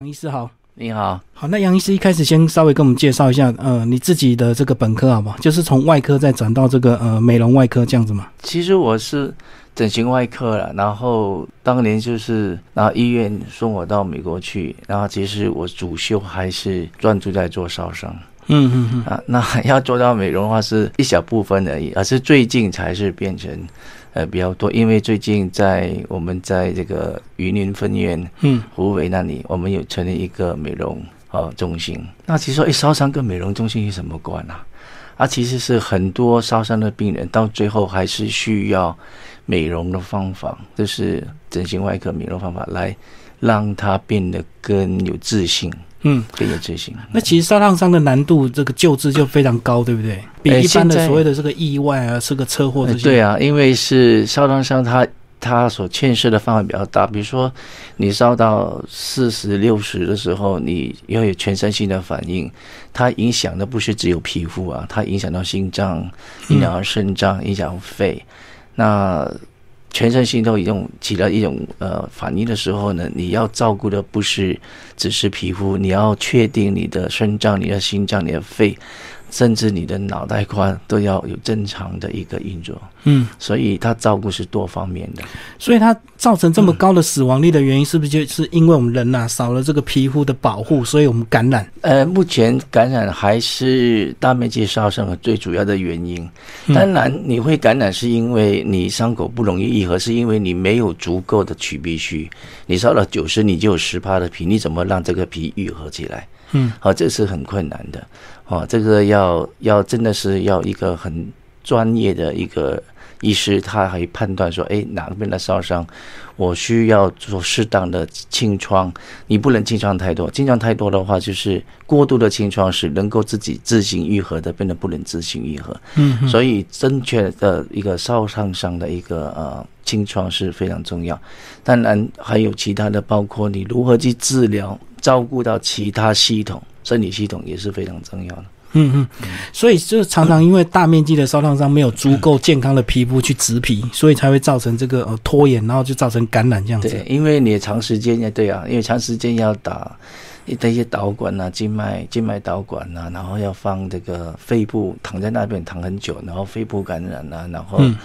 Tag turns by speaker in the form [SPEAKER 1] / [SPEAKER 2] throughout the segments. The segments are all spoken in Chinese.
[SPEAKER 1] 杨医师好，
[SPEAKER 2] 你好，
[SPEAKER 1] 好，那杨医师一开始先稍微跟我们介绍一下，呃，你自己的这个本科好不好？就是从外科再转到这个呃美容外科这样子嘛？
[SPEAKER 2] 其实我是整形外科了，然后当年就是，然后医院送我到美国去，然后其实我主修还是专注在做烧伤
[SPEAKER 1] 嗯嗯嗯，
[SPEAKER 2] 啊， 那要做到美容的话是一小部分而已，而是最近才是变成呃比较多，因为最近在我们在这个云林分院
[SPEAKER 1] 嗯，
[SPEAKER 2] 湖北那里，我们有成立一个美容呃中心。那其实说，哎，烧伤跟美容中心有什么关啊？啊，其实是很多烧伤的病人到最后还是需要美容的方法，就是整形外科美容方法来让他变得更有自信，
[SPEAKER 1] 嗯，
[SPEAKER 2] 更有自信。
[SPEAKER 1] 那其实烧烫伤的难度，这个救治就非常高，对不对？比
[SPEAKER 2] 哎
[SPEAKER 1] 一般
[SPEAKER 2] 现
[SPEAKER 1] 的
[SPEAKER 2] 在
[SPEAKER 1] 所谓的这个意外啊，是个车祸
[SPEAKER 2] 呃
[SPEAKER 1] 这些，
[SPEAKER 2] 对啊，因为是烧烫伤它，它所牵涉的范围比较大。比如说，你烧到四十六十的时候，你要有全身性的反应，它影响的不是只有皮肤啊，它影响到心脏，影响到肾脏，影响到肺。那全身性都一种起了一种呃反应的时候呢，你要照顾的不是只是皮肤，你要确定你的肾脏、你的心脏、你的肺，甚至你的脑袋瓜都要有正常的一个运作。
[SPEAKER 1] 嗯，
[SPEAKER 2] 所以它照顾是多方面的。
[SPEAKER 1] 所以它造成这么高的死亡率的原因，是不是就是因为我们人呐、少了这个皮肤的保护，所以我们感染？
[SPEAKER 2] 呃，目前感染还是大面积烧伤的最主要的原因。
[SPEAKER 1] 嗯
[SPEAKER 2] 当然，你会感染是因为你伤口不容易愈合，是因为你没有足够的取皮区。你烧到九十，你就有十帕的皮，你怎么让这个皮愈合起来？
[SPEAKER 1] 嗯，
[SPEAKER 2] 好、这是很困难的。哦，这个要要真的是要一个很专业的一个医师，他还判断说，哎，哪边的烧伤，我需要做适当的清创。你不能清创太多，清创太多的话，就是过度的清创是能够自己自行愈合的，变得不能自行愈合。
[SPEAKER 1] 嗯
[SPEAKER 2] 所以正确的一个烧烫伤的一个呃清创是非常重要。当然还有其他的，包括你如何去治疗，照顾到其他系统，生理系统也是非常重要的。
[SPEAKER 1] 嗯嗯，所以就是常常因为大面积的烧烫伤没有足够健康的皮肤去植皮，所以才会造成这个呃拖延，然后就造成感哦染这样
[SPEAKER 2] 对
[SPEAKER 1] 子。，
[SPEAKER 2] 因为你长时间也对啊，因为长时间要打一一些导管啊、静脉、静脉导管啊，然后要放这个肺部躺在那边躺很久，然后肺部感染啊，然后、
[SPEAKER 1] 嗯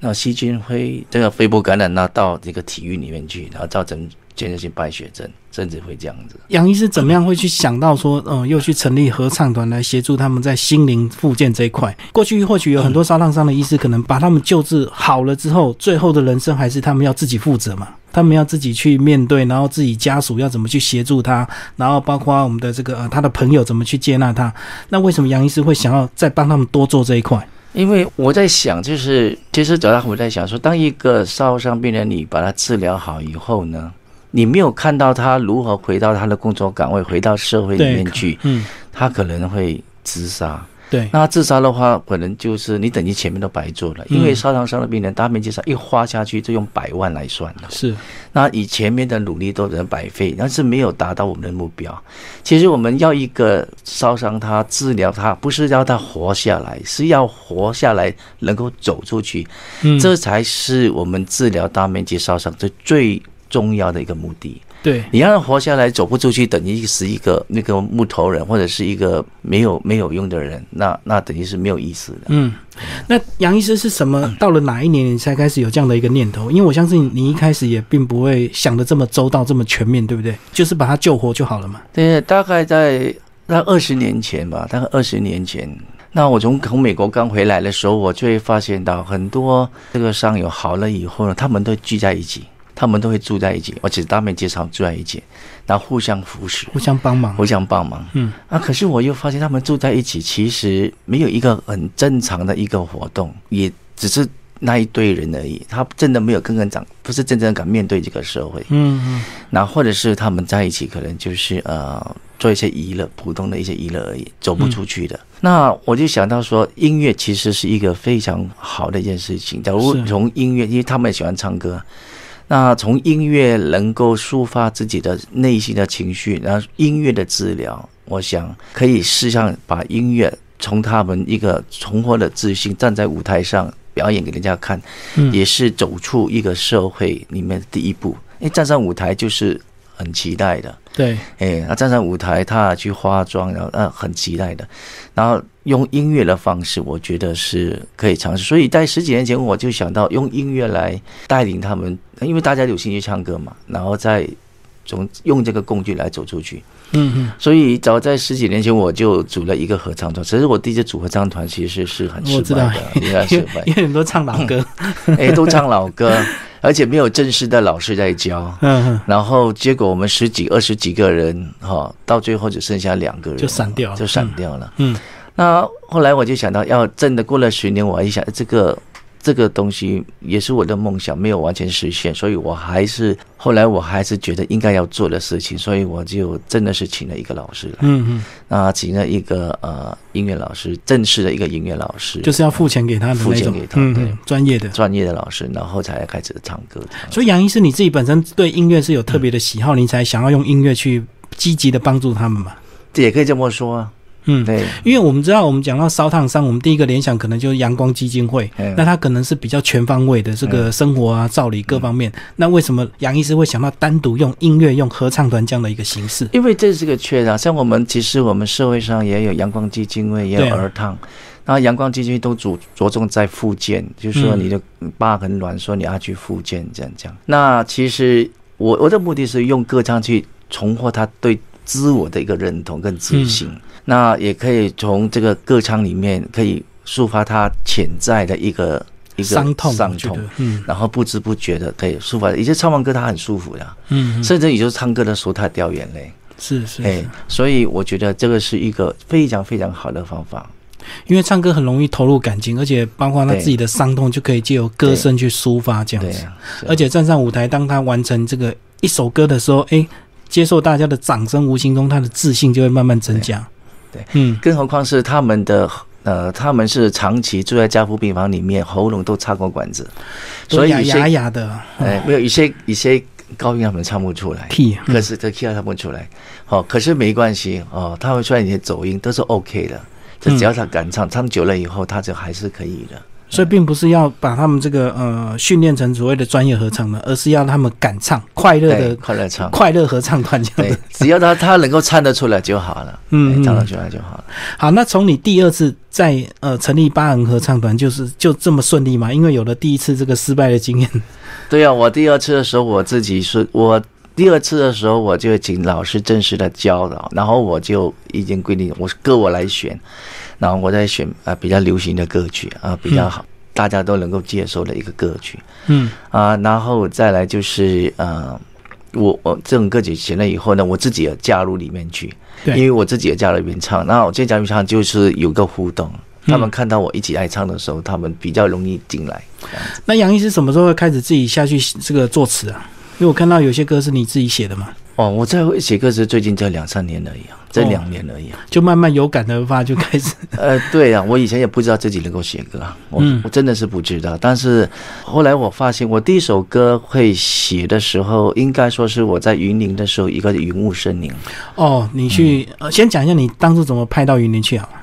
[SPEAKER 2] 那细菌会这个肺部感染啊到这个体育里面去，然后造成全身性败血症，甚至会这样子。
[SPEAKER 1] 杨医师怎么样会去想到说，呃，又去成立合唱团来协助他们在心灵复健这一块？过去或许有很多烧烫伤的医师，可能把他们救治好了之后，最后的人生还是他们要自己负责嘛，他们要自己去面对，然后自己家属要怎么去协助他，然后包括我们的这个呃他的朋友怎么去接纳他。那为什么杨医师会想要再帮他们多做这一块？
[SPEAKER 2] 因为我在想，就是其实早上我在想说，当一个烧伤病人，你把他治疗好以后呢，你没有看到他如何回到他的工作岗位，回到社会里
[SPEAKER 1] 对
[SPEAKER 2] 面去，
[SPEAKER 1] 嗯，
[SPEAKER 2] 他可能会自杀。
[SPEAKER 1] 对，
[SPEAKER 2] 那他自杀的话，可能就是你等于前面都白做了，因为烧烫伤的病人，大面积上一花下去就用百万来算了。
[SPEAKER 1] 是，
[SPEAKER 2] 那以前面的努力都能白费，但是没有达到我们的目标。其实我们要一个烧伤他治疗他，不是要他活下来，是要活下来能够走出去，
[SPEAKER 1] 嗯，
[SPEAKER 2] 这才是我们治疗大面积烧伤最最重要的一个目的。
[SPEAKER 1] 对，
[SPEAKER 2] 你让他活下来，走不出去，等于是一个那个木头人，或者是一个没有没有用的人，那那等于是没有意思的。
[SPEAKER 1] 嗯，那杨医师是什么？
[SPEAKER 2] 嗯
[SPEAKER 1] 到了哪一年你才开始有这样的一个念头？因为我相信你一开始也并不会想的这么周到、这么全面，对不对？就是把他救活就好了嘛。
[SPEAKER 2] 对，大概在那二十年前吧，大概二十年前。那我从从美国刚回来的时候，我就会发现到很多这个伤友好了以后呢，他们都聚在一起，他们都会住在一起，而且他们经常住在一起，然后互相扶持。
[SPEAKER 1] 互相帮忙。
[SPEAKER 2] 互相帮忙。
[SPEAKER 1] 嗯，
[SPEAKER 2] 啊，可是我又发现他们住在一起，其实没有一个很正常的一个活动，也只是那一堆人而已。他真的没有跟人讲，不是真正敢面对这个社会。
[SPEAKER 1] 嗯嗯
[SPEAKER 2] 那或者是他们在一起，可能就是呃做一些娱乐，普通的一些娱乐而已，走不出去的。那我就想到说，音乐其实是一个非常好的一件事情。假如
[SPEAKER 1] 是
[SPEAKER 2] 从音乐，因为他们也喜欢唱歌，那从音乐能够抒发自己的内心的情绪，然后音乐的治疗，我想可以试上把音乐从他们一个重获的自信，站在舞台上表演给人家看，
[SPEAKER 1] 嗯
[SPEAKER 2] 也是走出一个社会里面的第一步。因为站上舞台就是很期待的，
[SPEAKER 1] 对，
[SPEAKER 2] 哎，他站上舞台，他去化妆，然后啊，很期待的，然后用音乐的方式，我觉得是可以尝试。所以在十几年前，我就想到用音乐来带领他们，呃因为大家有兴趣唱歌嘛，然后再从用这个工具来走出去。
[SPEAKER 1] 嗯嗯。
[SPEAKER 2] 所以早在十几年前，我就组了一个合唱团。其实我第一支组合唱团其实是很失
[SPEAKER 1] 我知
[SPEAKER 2] 败
[SPEAKER 1] 道
[SPEAKER 2] 的，应该
[SPEAKER 1] 因
[SPEAKER 2] 失
[SPEAKER 1] 为
[SPEAKER 2] 败
[SPEAKER 1] 因，为很多唱老歌，
[SPEAKER 2] 哎，都唱老歌，而且没有正式的老师在教。
[SPEAKER 1] 嗯，嗯
[SPEAKER 2] 然后结果我们十几、二十几个人，哈、到最后只剩下两个
[SPEAKER 1] 嗯
[SPEAKER 2] 人，
[SPEAKER 1] 就散掉了
[SPEAKER 2] 就散掉了。
[SPEAKER 1] 嗯，
[SPEAKER 2] 那后来我就想到，要真的过了十年，我一想，这个这个东西也是我的梦想，没有完全实现，所以我还是后来我还是觉得应该要做的事情，所以我就真的是请了一个老师来，
[SPEAKER 1] 嗯
[SPEAKER 2] 那请了一个呃音乐老师，正式的一个音乐老师，
[SPEAKER 1] 嗯，就是要付钱给他的
[SPEAKER 2] 付
[SPEAKER 1] 那
[SPEAKER 2] 钱
[SPEAKER 1] 种
[SPEAKER 2] 给，他
[SPEAKER 1] 嗯，
[SPEAKER 2] 对
[SPEAKER 1] 嗯专业的。
[SPEAKER 2] 专业的老师，然后才开始唱歌。
[SPEAKER 1] 所以杨医师你自己本身对音乐是有特别的喜好，你才想要用音乐去积极的帮助他们嘛？
[SPEAKER 2] 这也可以这么说啊，
[SPEAKER 1] 嗯，
[SPEAKER 2] 对，
[SPEAKER 1] 因为我们知道，我们讲到烧烫伤，我们第一个联想可能就是阳光基金会，
[SPEAKER 2] 嗯
[SPEAKER 1] 那它可能是比较全方位的这个生活啊、照理各方面。那为什么杨医师会想到单独用音乐、用合唱团这样的一个形式？
[SPEAKER 2] 因为这是个缺啊，像我们其实我们社会上也有阳光基金会，也
[SPEAKER 1] 对
[SPEAKER 2] 有
[SPEAKER 1] 啊
[SPEAKER 2] 儿童，然后阳光基金会都着着重在复健，就是说
[SPEAKER 1] 嗯
[SPEAKER 2] 你的疤很软，说你要去复健，这样这样。那其实我我的目的是用歌唱去重获他对自我的一个认同跟自信，那也可以从这个歌唱里面可以抒发他潜在的一个一个
[SPEAKER 1] 伤痛，
[SPEAKER 2] 伤
[SPEAKER 1] 我觉
[SPEAKER 2] 痛
[SPEAKER 1] 得。，嗯
[SPEAKER 2] 然后不知不觉的可以抒发，有些唱完歌他很舒服的啊，
[SPEAKER 1] 嗯，嗯
[SPEAKER 2] 甚至有时候唱歌的时候他掉眼泪。
[SPEAKER 1] 是是
[SPEAKER 2] 哎
[SPEAKER 1] 是，，
[SPEAKER 2] 所以我觉得这个是一个非常非常好的方法。
[SPEAKER 1] 因为唱歌很容易投入感情，而且包括他自己的伤痛，就可以借由歌声去抒发这样
[SPEAKER 2] 对
[SPEAKER 1] 子。
[SPEAKER 2] 啊，是啊
[SPEAKER 1] 而且站上舞台，当他完成这个一首歌的时候，哎，接受大家的掌声，无形中他的自信就会慢慢增加。
[SPEAKER 2] 对对
[SPEAKER 1] 嗯，
[SPEAKER 2] 更何况是他们的呃，他们是长期住在加护病房里面，喉咙都插过管子，
[SPEAKER 1] 所
[SPEAKER 2] 所
[SPEAKER 1] 以
[SPEAKER 2] 以
[SPEAKER 1] 哑
[SPEAKER 2] 有
[SPEAKER 1] 哑
[SPEAKER 2] 些
[SPEAKER 1] 哑的
[SPEAKER 2] 哎，没有一些一些高音他们唱不出来。
[SPEAKER 1] key，嗯
[SPEAKER 2] 可是这 K 他唱不出来，哦，可是没关系哦，他会出来你的走音都是 OK
[SPEAKER 1] 嗯
[SPEAKER 2] 的，这只要他敢唱，唱久了以后，他就还是可以的。
[SPEAKER 1] 所以并不是要把他们这个呃训练成所谓的专业合唱的，而是要他们敢唱，快乐
[SPEAKER 2] 对，
[SPEAKER 1] 的
[SPEAKER 2] 哎快 乐唱，
[SPEAKER 1] 快乐合唱团这样
[SPEAKER 2] 对
[SPEAKER 1] 的。，
[SPEAKER 2] 只要他他能够唱得出来就好了，
[SPEAKER 1] 嗯
[SPEAKER 2] 哎唱得
[SPEAKER 1] 嗯
[SPEAKER 2] 出来就好了。
[SPEAKER 1] 好，那从你第二次在呃成立八人合唱团，就是就这么顺利吗？因为有了第一次这个失败的经验，
[SPEAKER 2] 对呀、我第二次的时候我自己是我第二次的时候我就请老师正式的教了，然后我就已经规定我是歌我来选，然后我再选啊、比较流行的歌曲啊、比较好、大家都能够接受的一个歌曲
[SPEAKER 1] 嗯
[SPEAKER 2] 啊、然后再来就是呃。我我这种歌曲选了以后呢，我自己也加入里面去，
[SPEAKER 1] 对
[SPEAKER 2] 因为我自己也加入原唱。那我这加入原唱就是有个互动，他们
[SPEAKER 1] 嗯
[SPEAKER 2] 看到我一起爱唱的时候，他们比较容易进来。这样子
[SPEAKER 1] 那杨医师什么时候会开始自己下去这个作词啊？因为我看到有些歌是你自己写的嘛，
[SPEAKER 2] 哦，我在写歌是最近这两三年而已啊，这两年而已啊。
[SPEAKER 1] 就慢慢有感而发，就开 始
[SPEAKER 2] 呃，对呀、啊，我以前也不知道自己能够写歌啊，我、
[SPEAKER 1] 嗯
[SPEAKER 2] 我真的是不知道。但是后来我发现，我第一首歌会写的时候，应该说是我在云林的时候，一个云雾森林。
[SPEAKER 1] 哦。你去、
[SPEAKER 2] 嗯
[SPEAKER 1] 呃，先讲一下你当初怎么派到云林去好了？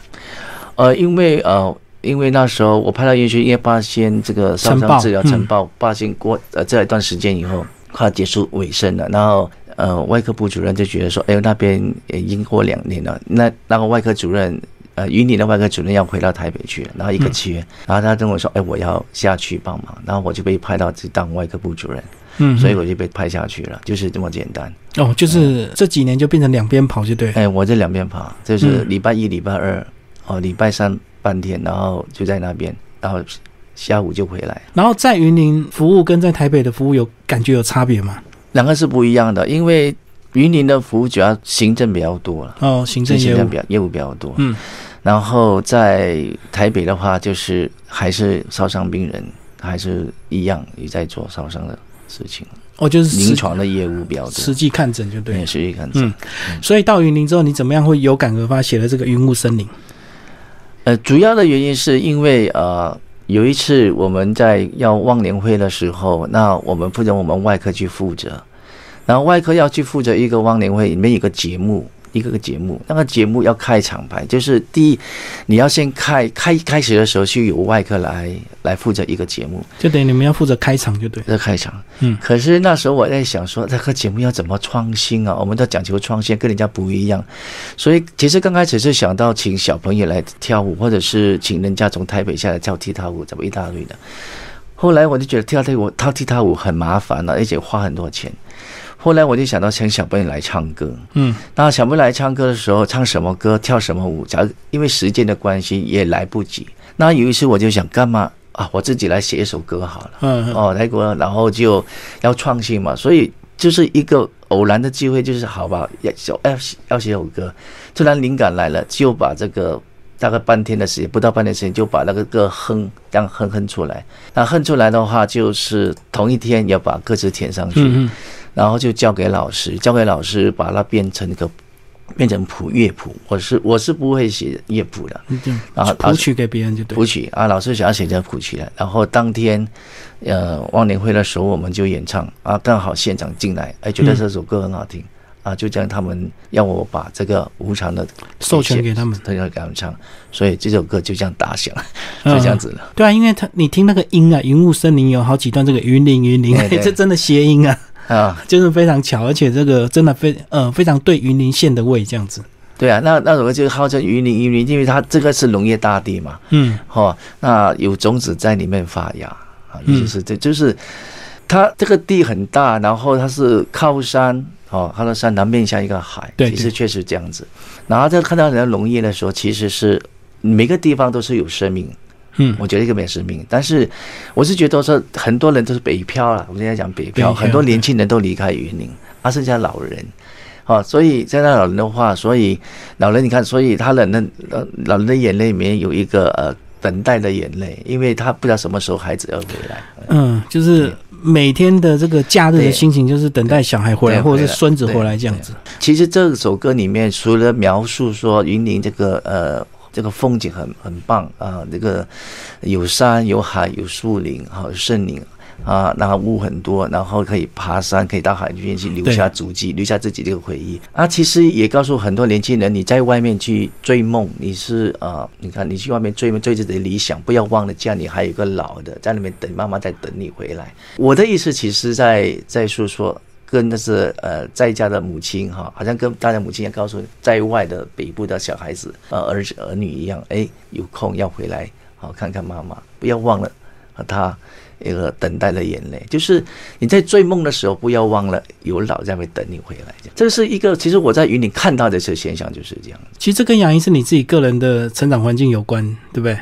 [SPEAKER 2] 呃，因为呃。因为那时候我拍到音讯，因为发现这个烧
[SPEAKER 1] 晨报
[SPEAKER 2] 伤治疗
[SPEAKER 1] 嗯
[SPEAKER 2] 晨报，发现过呃这一段时间以后，快要结束尾声了，然后呃外科部主任就觉得说，哎呦那边也已经过两年了，那那个外科主任呃云林的外科主任要回到台北去了，然后一个缺，
[SPEAKER 1] 嗯
[SPEAKER 2] 然后他跟我说，哎我要下去帮忙，然后我就被派到去当外科部主任，
[SPEAKER 1] 嗯，
[SPEAKER 2] 所以我就被派下去了，就是这么简单。
[SPEAKER 1] 哦，就是这几年就变成两边跑就对了。
[SPEAKER 2] 哎，我这两边跑，就是
[SPEAKER 1] 嗯
[SPEAKER 2] 礼拜一、礼拜二，哦，礼拜三半天，然后就在那边，然后下午就回来。
[SPEAKER 1] 然后在云林服务跟在台北的服务有感觉有差别吗？
[SPEAKER 2] 两个是不一样的，因为云林的服务主要行政比较多了，
[SPEAKER 1] 哦，行
[SPEAKER 2] 就
[SPEAKER 1] 政业
[SPEAKER 2] 行
[SPEAKER 1] 务
[SPEAKER 2] 政，比较业务比较多。
[SPEAKER 1] 嗯，
[SPEAKER 2] 然后在台北的话，就是还是烧伤病人，还是一样也在做烧伤的事情，
[SPEAKER 1] 哦，就是
[SPEAKER 2] 临
[SPEAKER 1] 实
[SPEAKER 2] 床的业务比较
[SPEAKER 1] 实
[SPEAKER 2] 多。哎
[SPEAKER 1] 际看诊就对
[SPEAKER 2] 对，
[SPEAKER 1] 了。
[SPEAKER 2] 实际看诊。
[SPEAKER 1] 嗯，所以到云林之后，你怎么样会有感而发写了这个《云雾森林》？
[SPEAKER 2] 呃，主要的原因是因为呃，有一次我们在要忘年会的时候，那我们负责我们外科去负责，然后外科要去负责一个忘年会，里面有个节目，一个个节目，那个节目要开场白，就是第一，你要先开开开始的时候是由外科来来负责一个节目
[SPEAKER 1] 就等于你们要负责开场就对。
[SPEAKER 2] 的开场。
[SPEAKER 1] 嗯
[SPEAKER 2] 可是那时候我在想说，这个节目要怎么创新啊？我们都讲求创新，跟人家不一样。所以其实刚开始是想到请小朋友来跳舞，或者是请人家从台北下来跳踢踏舞，怎么一大堆的。后来我就觉得跳踢舞、跳踢踏舞很麻烦啊了、而且花很多钱。后来我就想到请小朋友来唱歌，
[SPEAKER 1] 嗯，
[SPEAKER 2] 那小妹来唱歌的时候，唱什么歌，跳什么舞，假如因为时间的关系也来不及。那有一次我就想干嘛啊，我自己来写一首歌好了。
[SPEAKER 1] 嗯，
[SPEAKER 2] 哦，来过，然后就要创新嘛，所以就是一个偶然的机会，就是好吧，要要要写首歌，突然灵感来了，就把这个大概半天的时间，不到半天时间就把那个歌哼，这样哼哼出来。那哼出来的话，就是同一天要把歌词填上去。
[SPEAKER 1] 嗯嗯，
[SPEAKER 2] 然后就交给老师，交给老师把它变成一个变成谱乐谱。我是我是不会写乐谱的
[SPEAKER 1] 嗯就
[SPEAKER 2] 然后
[SPEAKER 1] 谱曲给别人就对
[SPEAKER 2] 谱。曲啊，老师想要写成谱曲了。然后当天，呃，忘年会的时候我们就演唱啊，刚好现场进来，哎，觉得这首歌很好听、啊，就这样他们要我把这个无偿的
[SPEAKER 1] 授权给他们
[SPEAKER 2] 他要给他们唱，所以这首歌就这样打响，
[SPEAKER 1] 嗯
[SPEAKER 2] 就这样子了。
[SPEAKER 1] 对啊，因为他你听那个音啊，云雾森林有好几段这个云林云林，
[SPEAKER 2] 对对
[SPEAKER 1] 这真的谐音啊，
[SPEAKER 2] 啊，
[SPEAKER 1] 就是非常巧，而且这个真的非呃非常对云林县的味这样子。
[SPEAKER 2] 对啊，那那首歌就号称云林云林，因为它这个是农业大地嘛，
[SPEAKER 1] 嗯
[SPEAKER 2] 哦，那有种子在里面发芽啊，
[SPEAKER 1] 嗯
[SPEAKER 2] 也就是这就是它这个地很大，然后它是靠山哦，靠着山南面向一个海，
[SPEAKER 1] 对
[SPEAKER 2] 其实确实这样子。然后在看到人家农业的时候，其实是每个地方都是有生命，
[SPEAKER 1] 嗯，
[SPEAKER 2] 我觉得一个没有生命。但是我是觉得说，很多人都是北漂了，我们现在讲北漂，
[SPEAKER 1] 北漂
[SPEAKER 2] 很多年轻人都离开云林，而、剩下老人。哦，所以在那老人的话，所以老人你看，所以他的那呃老人的眼泪里面有一个呃等待的眼泪，因为他不知道什么时候孩子要回来。
[SPEAKER 1] 嗯，就是每天的这个假日的
[SPEAKER 2] 对
[SPEAKER 1] 心情，就是等待小孩回来，
[SPEAKER 2] 对
[SPEAKER 1] 或者
[SPEAKER 2] 回
[SPEAKER 1] 是
[SPEAKER 2] 来
[SPEAKER 1] 孙子
[SPEAKER 2] 对
[SPEAKER 1] 回来这样子。
[SPEAKER 2] 其实这首歌里面除了描述说云林这个呃这个风景很很棒啊，这个有山有海有树林好有森林啊，然后雾很多，然后可以爬山，可以到海边去留下足迹，留下自己这个回忆啊。其实也告诉很多年轻人，你在外面去追梦，你是啊，你看你去外面追梦追自己的理想，不要忘了家里还有一个老的在那边等，妈妈在等你回来。我的意思其实在在诉说。跟那是呃在家的母亲哈，好像跟大家母亲也告诉在外的北部的小孩子呃儿子儿女一样，哎，有空要回来好哦看看妈妈，不要忘了和她一个等待的眼泪，就是你在追梦的时候不要忘了有老在那边等你回来，这是一个其实我在云里看到的这个现象就是这样。
[SPEAKER 1] 其实这跟杨医生你自己个人的成长环境有关，对不对？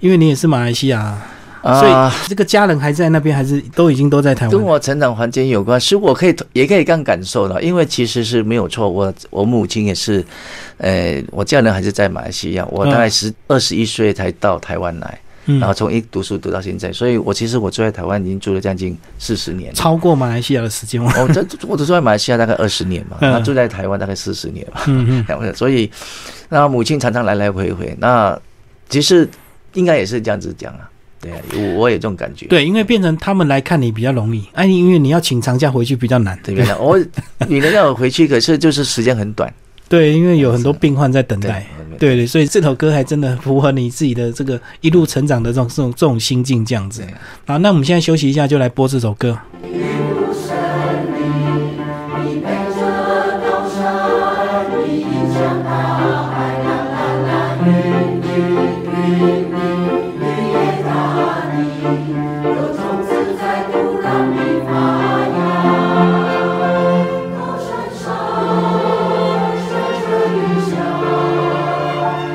[SPEAKER 1] 因为你也是马来西亚，
[SPEAKER 2] 啊
[SPEAKER 1] 所以这个家人还在那边，还是都已经都在台
[SPEAKER 2] 跟
[SPEAKER 1] 湾。
[SPEAKER 2] 我成长环境有关，是我可以也可以这样感受到，因为其实是没有错。我我母亲也是，呃，我家人还是在马来西亚，我大概十二十一岁才到台湾来，
[SPEAKER 1] 嗯
[SPEAKER 2] 然，后从一读书读到现在，所以我其实我住在台湾已经住了将近四十年了。
[SPEAKER 1] 超过马来西亚的时间吗？
[SPEAKER 2] 我这我只住在马来西亚大概二十年嘛，
[SPEAKER 1] 嗯
[SPEAKER 2] 那住在台湾大概四十年嘛，
[SPEAKER 1] 嗯嗯，
[SPEAKER 2] 两个所以那母亲常常来来回回，那其实应该也是这样子讲啊，对啊，我我有这种感觉。
[SPEAKER 1] 对，因为变成他们来看你比较容易，哎、因为你要请长假回去比较难。
[SPEAKER 2] 对不对？我女人要我回去，可是就是时间很短。
[SPEAKER 1] 对，因为有很多病患在等待。
[SPEAKER 2] 对
[SPEAKER 1] 对对，所以这首歌还真的符合你自己的这个一路成长的这种这种这种心境这样子
[SPEAKER 2] 对。
[SPEAKER 1] 好，那我们现在休息一下，就来播这首歌。
[SPEAKER 3] Thank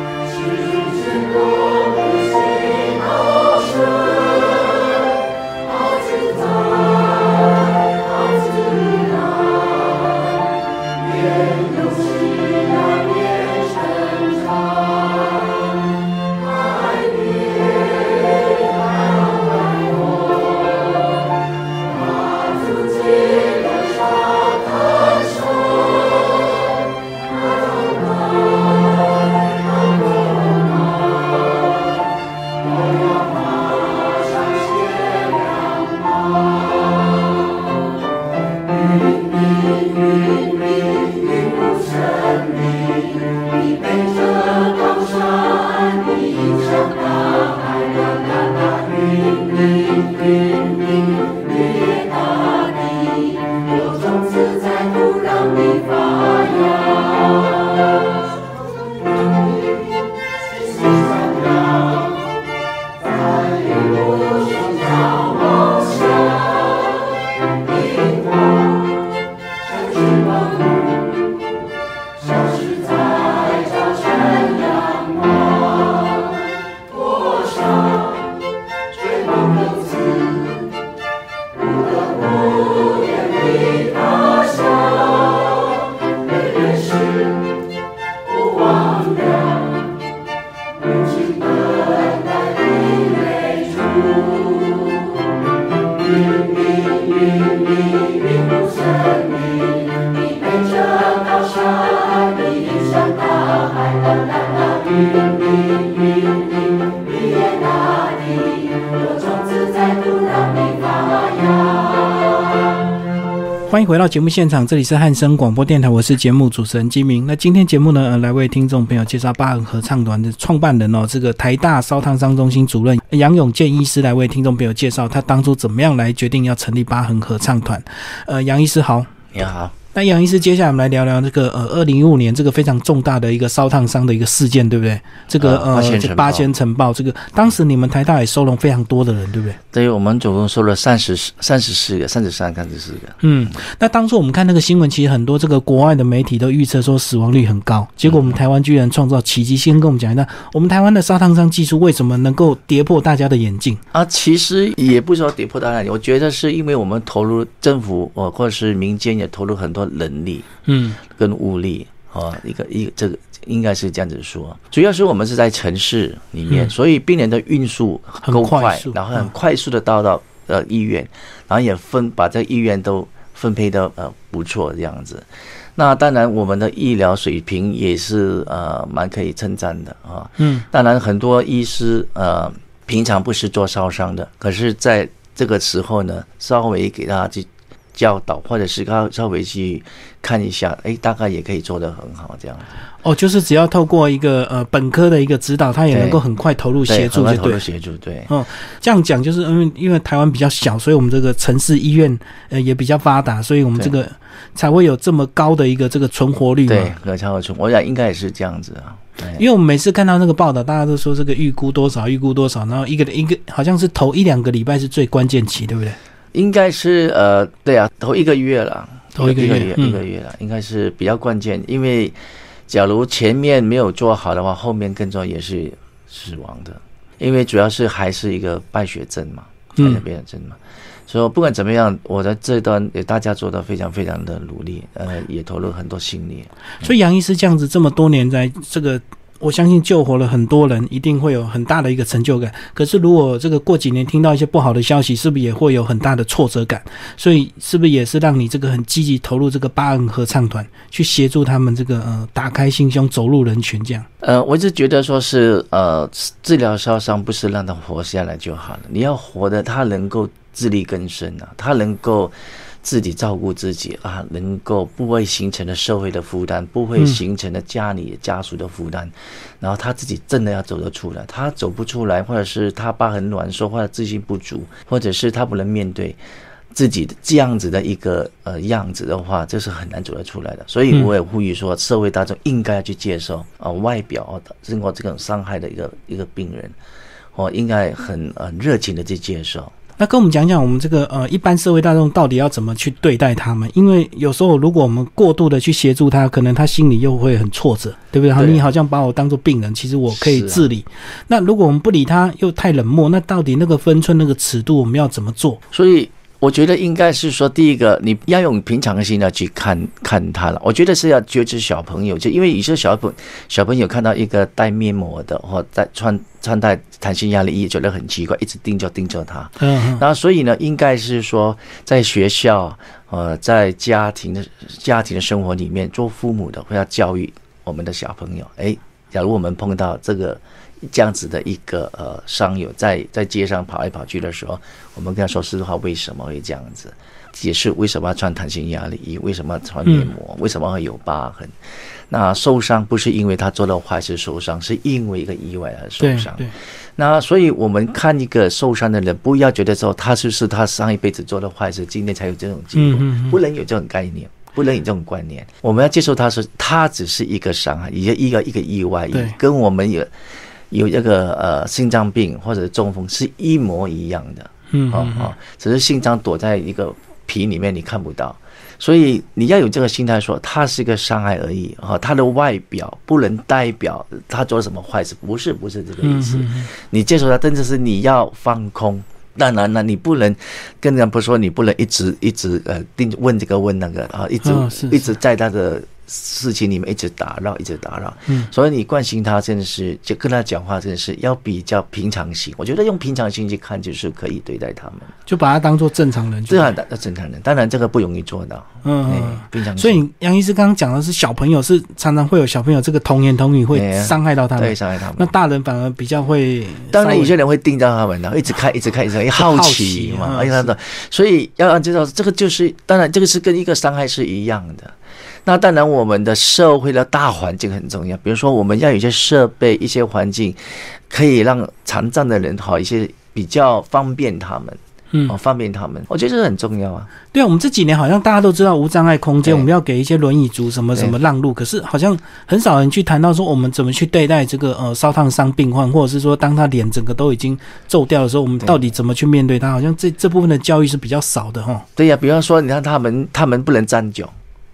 [SPEAKER 3] you.
[SPEAKER 1] 欢迎回到节目现场，这里是汉声广播电台，我是节目主持人金明。那今天节目呢，呃、来为听众朋友介绍八人合唱团的创办人哦，这个台大烧烫伤中心主任杨永健医师来为听众朋友介绍他当初怎么样来决定要成立八横合唱团。呃，杨医师好，
[SPEAKER 2] 你好。
[SPEAKER 1] 那杨医师，接下来我们来聊聊这个呃，二零一五年这个非常重大的一个烧烫伤的一个事件，对不对？这个
[SPEAKER 2] 呃八仙
[SPEAKER 1] 呃，
[SPEAKER 2] 城
[SPEAKER 1] 这
[SPEAKER 2] 堡
[SPEAKER 1] 八仙城堡，这个当时你们台大也收容非常多的人，对不对？
[SPEAKER 2] 对于我们总共收了三十三十四个，三十三、三十四个。
[SPEAKER 1] 嗯，那当初我们看那个新闻，其实很多这个国外的媒体都预测说死亡率很高，结果我们台湾居然创造奇迹。先跟我们讲一下，我们台湾的烧烫伤技术为什么能够跌破大家的眼镜？
[SPEAKER 2] 啊，其实也不说跌破大家，我觉得是因为我们投入政府，哦，或者是民间也投入很多人力
[SPEAKER 1] 嗯
[SPEAKER 2] 跟物力，哦，一个一个这个应该是这样子说。主要是我们是在城市里面，
[SPEAKER 1] 嗯
[SPEAKER 2] 所以病人的运输
[SPEAKER 1] 很
[SPEAKER 2] 够
[SPEAKER 1] 快
[SPEAKER 2] 快，
[SPEAKER 1] 速
[SPEAKER 2] 然后
[SPEAKER 1] 嗯
[SPEAKER 2] 很快速的到到呃医院，然后也分把这医院都分配的呃不错这样子。那当然，我们的医疗水平也是呃蛮可以称赞的啊。
[SPEAKER 1] 嗯
[SPEAKER 2] 当然，很多医师呃，平常不是做烧伤的，可是在这个时候呢，稍微给大家去教导，或者是稍稍微去看一下，哎，大概也可以做得很好，这样子
[SPEAKER 1] 哦，就是只要透过一个呃本科的一个指导，他也能够很快投入
[SPEAKER 2] 对
[SPEAKER 1] 协助，
[SPEAKER 2] 很快
[SPEAKER 1] 就
[SPEAKER 2] 投
[SPEAKER 1] 对
[SPEAKER 2] 入
[SPEAKER 1] 了。
[SPEAKER 2] 协助， 对，
[SPEAKER 1] 哦这样讲就是因为因为台湾比较小，所以我们这个城市医院呃也比较发达，所以我们这个才会有这么高的一个这个存活率嘛。
[SPEAKER 2] 对，可超而出，我想应该也是这样子啊，对
[SPEAKER 1] 因为我们每次看到那个报道，大家都说这个预估多少，预估多少，然后一个一个好像是头一两个礼拜是最关键期，对不对？
[SPEAKER 2] 应该是呃，对啊，头一个月了，
[SPEAKER 1] 头一个
[SPEAKER 2] 一
[SPEAKER 1] 月
[SPEAKER 2] 个月，
[SPEAKER 1] 嗯
[SPEAKER 2] 一个月了，应该是比较关键，因为假如前面没有做好的话，后面更重要也是死亡的，因为主要是还是一个败血症嘛，败血
[SPEAKER 1] 嗯，
[SPEAKER 2] 病症嘛，所以不管怎么样，我在这段也大家做的非常非常的努力，呃，也投入很多心力，
[SPEAKER 1] 所以杨医师这样子这么多年在这个。我相信救活了很多人，一定会有很大的一个成就感。可是，如果这个过几年听到一些不好的消息，是不是也会有很大的挫折感？所以，是不是也是让你这个很积极投入这个八人合唱团，去协助他们这个呃打开心胸，走入人群这样？
[SPEAKER 2] 呃，我是觉得说是呃，治疗烧伤不是让他活下来就好了，你要活的他能够自力更生啊，他能够自己照顾自己啊，能够不会形成的社会的负担，不会
[SPEAKER 1] 嗯
[SPEAKER 2] 形成的家里家属的负担，然后他自己真的要走得出来，他走不出来，或者是他疤很软弱，或者自信不足，或者是他不能面对。自己的这样子的一个呃样子的话，这是很难走得出来的。所以
[SPEAKER 1] 嗯
[SPEAKER 2] 我也呼吁说，社会大众应该去接受啊、呃外表经过这种伤害的一个一个病人，哦，应该很呃热情的去接受。
[SPEAKER 1] 那跟我们讲讲，我们这个呃，一般社会大众到底要怎么去对待他们？因为有时候如果我们过度的去协助他，可能他心里又会很挫折，对不对？好，
[SPEAKER 2] 对
[SPEAKER 1] 你好像把我当做病人，其实我可以
[SPEAKER 2] 是啊
[SPEAKER 1] 自理。那如果我们不理他，又太冷漠，那到底那个分寸、那个尺度，我们要怎么做？
[SPEAKER 2] 所以我觉得应该是说，第一个你要用平常心的去看看他了。我觉得是要觉知小朋友，就因为有些小朋小朋友看到一个戴面膜的或戴穿穿戴弹性压力衣，觉得很奇怪，一直盯着盯着他。
[SPEAKER 1] 嗯，
[SPEAKER 2] 那所以呢，应该是说，在学校，呃，在家庭的家庭的生活里面，做父母的会要教育我们的小朋友。诶，假如我们碰到这个这样子的一个呃伤友在在街上跑来跑去的时候，我们跟他说实话，为什么会这样子？解释为什么要穿弹性压力衣，为什么要穿面
[SPEAKER 1] 嗯
[SPEAKER 2] 膜，为什么会有疤痕？那受伤不是因为他做了坏事受伤，是因为一个意外而受
[SPEAKER 1] 对
[SPEAKER 2] 伤。
[SPEAKER 1] 对，
[SPEAKER 2] 那所以，我们看一个受伤的人，不要觉得说他是不是他上一辈子做的坏事，今天才有这种结果，
[SPEAKER 1] 嗯嗯嗯
[SPEAKER 2] 不能有这种概念，不能有这种观念。我们要接受他是他只是一个伤害，一个一个一个意外
[SPEAKER 1] 对，
[SPEAKER 2] 跟我们有有这个呃心脏病或者中风是一模一样的。
[SPEAKER 1] 嗯
[SPEAKER 2] 哦
[SPEAKER 1] 嗯
[SPEAKER 2] 哦，只是心脏躲在一个皮里面，你看不到。所以你要有这个心态说，它是一个伤害而已哈、哦，它的外表不能代表他做了什么坏事，不是不是这个意
[SPEAKER 1] 嗯
[SPEAKER 2] 思。
[SPEAKER 1] 嗯
[SPEAKER 2] 你接受它，真的是你要放空。当然了，你不能跟人家不说，你不能一直一直呃定问这个问那个啊，一直、
[SPEAKER 1] 嗯是
[SPEAKER 2] 一直在他的事情里面一直打扰，一直打扰。
[SPEAKER 1] 嗯，
[SPEAKER 2] 所以你关心他真的是，就跟他讲话真的是要比较平常心。我觉得用平常心去看，就是可以对待他们。
[SPEAKER 1] 就把他当做正常人去
[SPEAKER 2] 这很大正常人，当然这个不容易做到。
[SPEAKER 1] 嗯嗯
[SPEAKER 2] 啊哎
[SPEAKER 1] 嗯，
[SPEAKER 2] 平常心
[SPEAKER 1] 所以杨医师刚刚讲的是小朋友是常常会有小朋友这个童言童语会
[SPEAKER 2] 哎呀
[SPEAKER 1] 伤害到他
[SPEAKER 2] 对
[SPEAKER 1] 们，
[SPEAKER 2] 伤害他们
[SPEAKER 1] 那。大人反而比较会
[SPEAKER 2] 当
[SPEAKER 1] 稍
[SPEAKER 2] 然，
[SPEAKER 1] 微
[SPEAKER 2] 有些人会盯着他们，然后一 直看，一直看，一直看，因为好奇嘛，
[SPEAKER 1] 好
[SPEAKER 2] 哎
[SPEAKER 1] 奇嗯
[SPEAKER 2] 而且他的，所以要按照这个就是，当然这个是跟一个伤害是一样的。那当然，我们的社会的大环境很重要，比如说我们要有一些设备、一些环境，可以让残障的人好一些，比较方便他们，
[SPEAKER 1] 嗯
[SPEAKER 2] 哦，方便他们，我觉得这个很重要啊。
[SPEAKER 1] 对啊，我们这几年好像大家都知道无障碍空间，
[SPEAKER 2] 对
[SPEAKER 1] 我们要给一些轮椅族什么什么让路，可是好像很少人去谈到说我们怎么去对待这个呃烧烫伤病患，或者是说当他脸整个都已经皱掉的时候，我们
[SPEAKER 2] 对
[SPEAKER 1] 到底怎么去面对他？好像这这部分的教育是比较少的哈。
[SPEAKER 2] 对呀、比方说，你看他们，他们不能站久，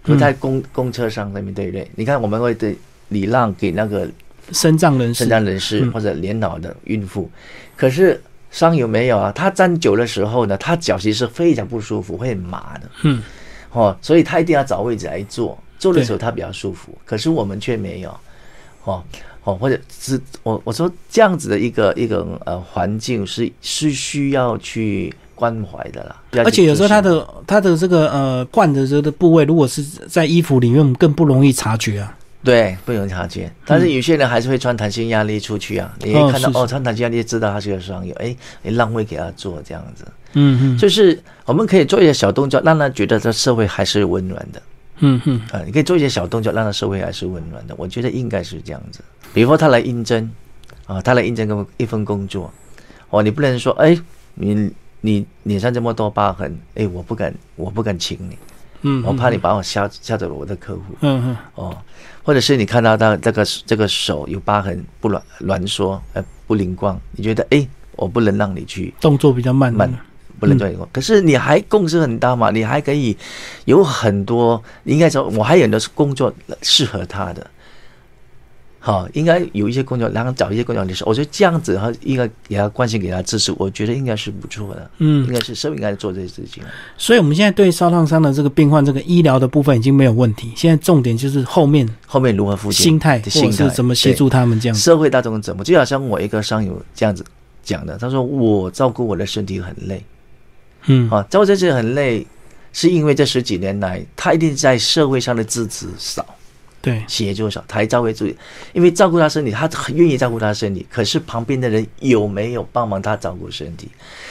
[SPEAKER 1] 嗯
[SPEAKER 2] 就在公公车上那边，对不对？你看我们会对礼让给那个
[SPEAKER 1] 身障人士
[SPEAKER 2] 身，障人士
[SPEAKER 1] 嗯
[SPEAKER 2] 或者年老的孕妇，可是伤有没有啊？他站久的时候呢，他脚其实非常不舒服，会很麻的
[SPEAKER 1] 嗯，
[SPEAKER 2] 哦，所以他一定要找位置来坐，坐的时候他比较舒服，可是我们却没有，哦哦，或者是我我说这样子的一个一个呃环境是是需要去关怀的啦，需要去
[SPEAKER 1] 而且有时候他
[SPEAKER 2] 注视
[SPEAKER 1] 的他的这个呃灌的这个部位，如果是在衣服里面，我们更不容易察觉啊。
[SPEAKER 2] 对不容易察觉，但是有些人还是会穿弹性压力出去啊，你
[SPEAKER 1] 嗯哦
[SPEAKER 2] 一看到
[SPEAKER 1] 是是
[SPEAKER 2] 哦穿弹性压力知道他是有伤有，哎，你让位给他做这样子。
[SPEAKER 1] 嗯嗯
[SPEAKER 2] 就是我们可以做一些小动作，让他觉得这社会还是温暖的
[SPEAKER 1] 嗯嗯，
[SPEAKER 2] 啊、你可以做一些小动作，让他社会还是温暖的。我觉得应该是这样子。比如说他来应征啊、他来应征个一份工作，哦，你不能说哎，你你脸上这么多疤痕，哎，我不敢，我不敢请你，
[SPEAKER 1] 嗯，
[SPEAKER 2] 我怕你把我吓吓走了我的客户
[SPEAKER 1] 嗯嗯
[SPEAKER 2] 哦。或者是你看到他这个这个手有疤痕，不软挛缩，呃，不灵光，你觉得哎，我不能让你去
[SPEAKER 1] 动作比较慢啊
[SPEAKER 2] 慢，不能
[SPEAKER 1] 嗯
[SPEAKER 2] 对、可是你还共识很大嘛，你还可以有很多，应该说我还有很多工作适合他的。好，应该有一些工作，然后找一些工作你说，我觉得这样子，哈，应该给他关心，给他支持，我觉得应该是不错的，
[SPEAKER 1] 嗯
[SPEAKER 2] 应。该是社会应该做这些事情。啊
[SPEAKER 1] 所以，我们现在对烧烫伤的这个病患，这个医疗的部分已经没有问题。现在重点就是后面
[SPEAKER 2] 后面如何复健
[SPEAKER 1] 心态，或
[SPEAKER 2] 心
[SPEAKER 1] 者
[SPEAKER 2] 态
[SPEAKER 1] 是怎么协助他们这样子。
[SPEAKER 2] 社会大众怎么？就好像我一个商友这样子讲的，他说我照顾我的身体很累，
[SPEAKER 1] 嗯，
[SPEAKER 2] 啊，照顾这些很累，是因为这十几年来他一定在社会上的支持少。
[SPEAKER 1] 对，
[SPEAKER 2] 协助少，他照顾自己，因为照顾他身体，他很愿意照顾他身体。可是旁边的人有没有帮忙他照顾身体？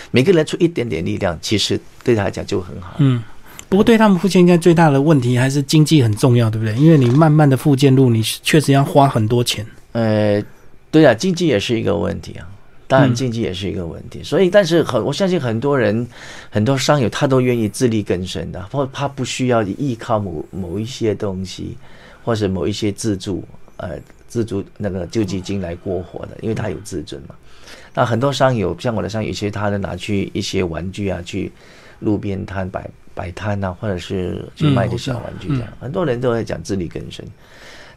[SPEAKER 2] 每个人出一点点力量，其实对他来讲就很好。
[SPEAKER 1] 嗯。不过，对他们复健应该最大的问题还是经济很重要，对不对？因为你慢慢的复健路，你确实要花很多钱。
[SPEAKER 2] 呃，对啊，经济也是一个问题啊，当然经济也是一个问题。所以，但是很我相信很多人，很多商友他都愿意自力更生的，或他不需要依靠某某一些东西，或者某一些自助呃自助那个救济金来过活的，因为他有自尊嘛。那很多商友，像我的商友，有些他的拿去一些玩具啊，去路边摊摆摆摊啊，或者是去
[SPEAKER 1] 嗯
[SPEAKER 2] 卖
[SPEAKER 1] 我
[SPEAKER 2] 的
[SPEAKER 1] 知
[SPEAKER 2] 小
[SPEAKER 1] 道
[SPEAKER 2] 玩具这样。很多人都在讲自力更生，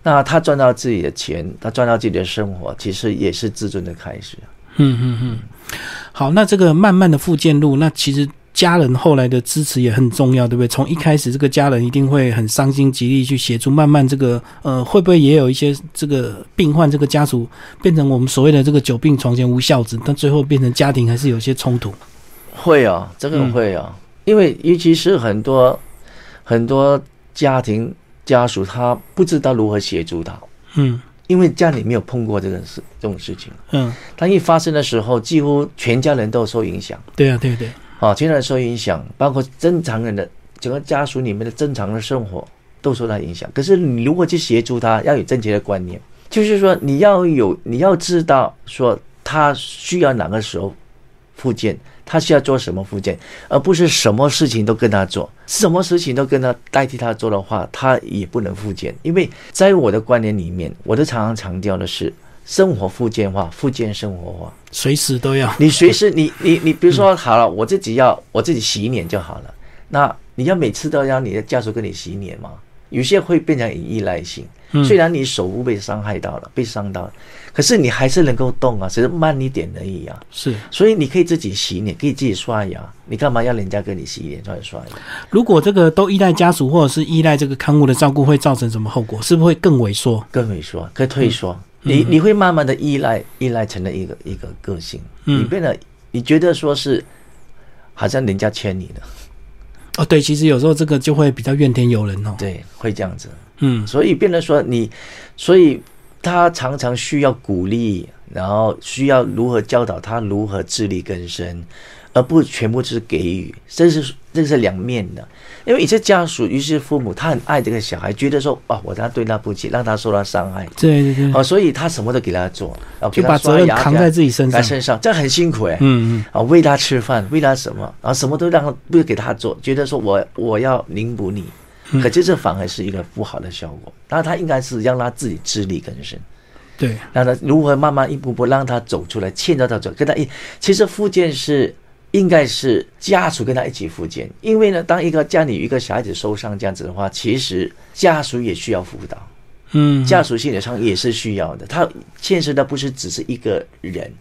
[SPEAKER 2] 那他赚到自己的钱，他赚到自己的生活，其实也是自尊的开始啊。
[SPEAKER 1] 嗯嗯嗯。好，那这个慢慢的复健路，那其实家人后来的支持也很重要，对不对？从一开始，这个家人一定会很伤心极力去协助，慢慢这个呃，会不会也有一些这个病患这个家属变成我们所谓的这个久病床前无孝子，但最后变成家庭还是有些冲突。
[SPEAKER 2] 会哦，这个
[SPEAKER 1] 嗯
[SPEAKER 2] 会哦，因为尤其是很多很多家庭家属，他不知道如何协助他，
[SPEAKER 1] 嗯
[SPEAKER 2] 因为家里没有碰过这个事这种事情。
[SPEAKER 1] 嗯，
[SPEAKER 2] 当一发生的时候，几乎全家人都受影响
[SPEAKER 1] 对啊，对对，
[SPEAKER 2] 啊，全家人受影响，包括正常人的整个家属里面的正常的生活都受到影响。可是你如果去协助他，要有正确的观念，就是说你要有你要知道说他需要哪个时候复健，他需要做什么复健，而不是什么事情都跟他做，什么事情都跟他代替他做的话，他也不能复健。因为在我的观念里面，我都常常强调的是生活复健化，复健生活化。
[SPEAKER 1] 随时都要。
[SPEAKER 2] 你随时你你你，比如说好了，我自己要我自己洗脸就好了。那你要每次都让你的家属跟你洗脸吗？有些会变成依赖性。虽然你手部被伤害到了，被伤到了，可是你还是能够动啊，只是慢一点而已啊。
[SPEAKER 1] 是，
[SPEAKER 2] 所以你可以自己洗脸，可以自己刷牙，你干嘛要人家给你洗脸、刷牙、刷牙？
[SPEAKER 1] 如果这个都依赖家属或者是依赖这个看护的照顾，会造成什么后果？是不是会更萎缩？
[SPEAKER 2] 更萎缩，可以退缩。你你会慢慢的依赖，依赖成了一个一个个性，
[SPEAKER 1] 嗯
[SPEAKER 2] 你变得你觉得说是好像人家欠你的，
[SPEAKER 1] 哦，对，其实有时候这个就会比较怨天尤人哦。
[SPEAKER 2] 对，会这样子。
[SPEAKER 1] 嗯，
[SPEAKER 2] 所以变得说你，所以他常常需要鼓励，然后需要如何教导他如何自力更生，而不全部是给予，这是这是两面的。因为有些家属，于是父母他很爱这个小孩，觉得说哇，我他对他不起，让他受到伤害，
[SPEAKER 1] 对对对，
[SPEAKER 2] 哦，所以他什么都给他做，啊，
[SPEAKER 1] 嗯就把责任扛在自己身
[SPEAKER 2] 己
[SPEAKER 1] 上。
[SPEAKER 2] 身上，这样很辛苦哎、
[SPEAKER 1] 嗯嗯，
[SPEAKER 2] 啊，喂他吃饭，喂他什么，然后什么都让他不给他做，觉得说我我要弥补你，
[SPEAKER 1] 嗯
[SPEAKER 2] 可这这反而是一个不好的效果。那他应该是让他自己自力更生，
[SPEAKER 1] 对，
[SPEAKER 2] 让他如何慢慢一步步让他走出来，牵着他走，跟他一，其实复健是。应该是家属跟他一起复健，因为呢，当一个家里有一个小孩子受伤这样子的话，其实家属也需要辅导。
[SPEAKER 1] 嗯，
[SPEAKER 2] 家属心理上也是需要的。他牵涉的不是只是一个人，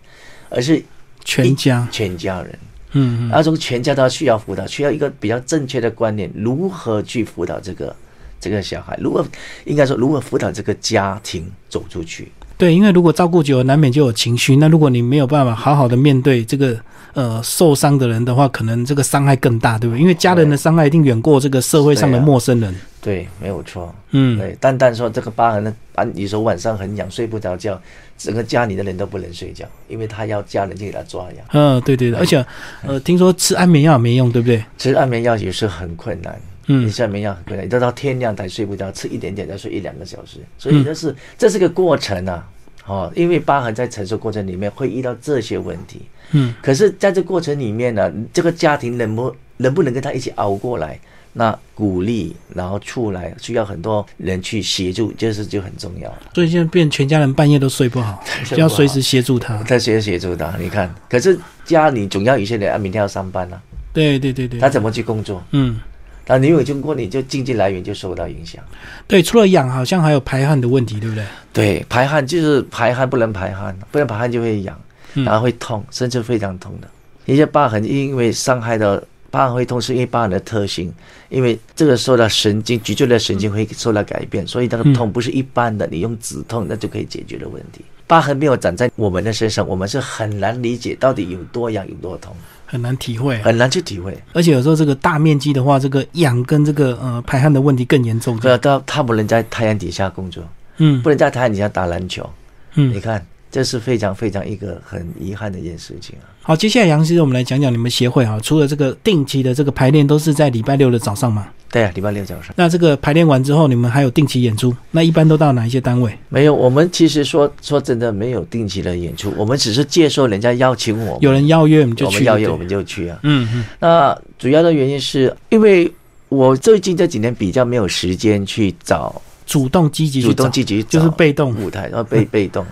[SPEAKER 2] 而是
[SPEAKER 1] 全家，
[SPEAKER 2] 全家人。
[SPEAKER 1] 嗯嗯，
[SPEAKER 2] 那从全家都需要辅导，需要一个比较正确的观念，如何去辅导这个这个小孩，如何应该说如何辅导这个家庭走出去。
[SPEAKER 1] 对，因为如果照顾久了，难免就有情绪。那如果你没有办法好好的面对这个呃受伤的人的话，可能这个伤害更大，对不对？因为家人的伤害一定远过这个社会上的
[SPEAKER 2] 对啊
[SPEAKER 1] 陌生人。
[SPEAKER 2] 对，没有错。
[SPEAKER 1] 嗯，
[SPEAKER 2] 对，蛋蛋说这个疤痕，啊，你说晚上很痒，睡不着觉，整个家里的人都不能睡觉，因为他要家人去给他抓痒。
[SPEAKER 1] 呃，对对对，而且呃，听说吃安眠药也没用，对不对？
[SPEAKER 2] 吃安眠药也是很困难，
[SPEAKER 1] 嗯
[SPEAKER 2] 你吃安眠药很困难，都到天亮才睡不着，吃一点点再睡一两个小时，所以这是、这是个过程啊，哦，因为疤痕在承受过程里面会遇到这些问题，
[SPEAKER 1] 嗯，
[SPEAKER 2] 可是在这过程里面呢，这个家庭能不能不能跟他一起熬过来？那鼓励，然后出来，需要很多人去协助，这是就很重要。
[SPEAKER 1] 所以现在变全家人半夜都睡不 好，
[SPEAKER 2] 睡
[SPEAKER 1] 就
[SPEAKER 2] 不
[SPEAKER 1] 要随
[SPEAKER 2] 好
[SPEAKER 1] 时协助他。
[SPEAKER 2] 他谁协助的？你看，可是家里总要有些人啊，明天要上班啊，
[SPEAKER 1] 对对对
[SPEAKER 2] 他
[SPEAKER 1] 对，
[SPEAKER 2] 怎么去工作？
[SPEAKER 1] 嗯，
[SPEAKER 2] 那你有经过，你就经济来源就受到影响。
[SPEAKER 1] 对，除了痒，好像还有排汗的问题，对不对？
[SPEAKER 2] 对，排汗就是排汗不能排汗，不能排汗就会痒，
[SPEAKER 1] 嗯
[SPEAKER 2] 然后会痛，甚至非常痛的。一些疤痕因为伤害到疤痕会痛，是因为疤痕的特性，因为这个受到神经脊椎的神经会受到改变，所以那个痛不是一般的，你用止痛那就可以解决的问
[SPEAKER 1] 嗯
[SPEAKER 2] 题。疤痕没有长在我们的身上，我们是很难理解到底有多痒、有多痛，
[SPEAKER 1] 很难体会，
[SPEAKER 2] 很难去体会。
[SPEAKER 1] 而且有时候这个大面积的话，这个痒跟这个呃排汗的问题更严重。
[SPEAKER 2] 不要到他不能在太阳底下工作，
[SPEAKER 1] 嗯
[SPEAKER 2] 不能在太阳底下打篮球。
[SPEAKER 1] 嗯
[SPEAKER 2] 你，看，这是非常非常一个很遗憾的一件事情啊。
[SPEAKER 1] 好，接下来杨先生，我们来讲讲你们协会哈，除了这个定期的这个排练都是在礼拜六的早上嘛，
[SPEAKER 2] 对啊，礼拜六早上
[SPEAKER 1] 那这个排练完之后，你们还有定期演出，嗯那一般都到哪一些单位？
[SPEAKER 2] 没有。我们其实说说真的，没有定期的演出，我们只是接受人家邀请我们，
[SPEAKER 1] 有人邀约我们就
[SPEAKER 2] 我
[SPEAKER 1] 去，
[SPEAKER 2] 们邀约
[SPEAKER 1] 对
[SPEAKER 2] 我们就去啊。
[SPEAKER 1] 嗯嗯
[SPEAKER 2] 那主要的原因是因为我最近这几年比较没有时间去找
[SPEAKER 1] 主动积极
[SPEAKER 2] 主
[SPEAKER 1] 去找
[SPEAKER 2] 动，积极
[SPEAKER 1] 就是
[SPEAKER 2] 找
[SPEAKER 1] 被动，
[SPEAKER 2] 舞台，然后被被动。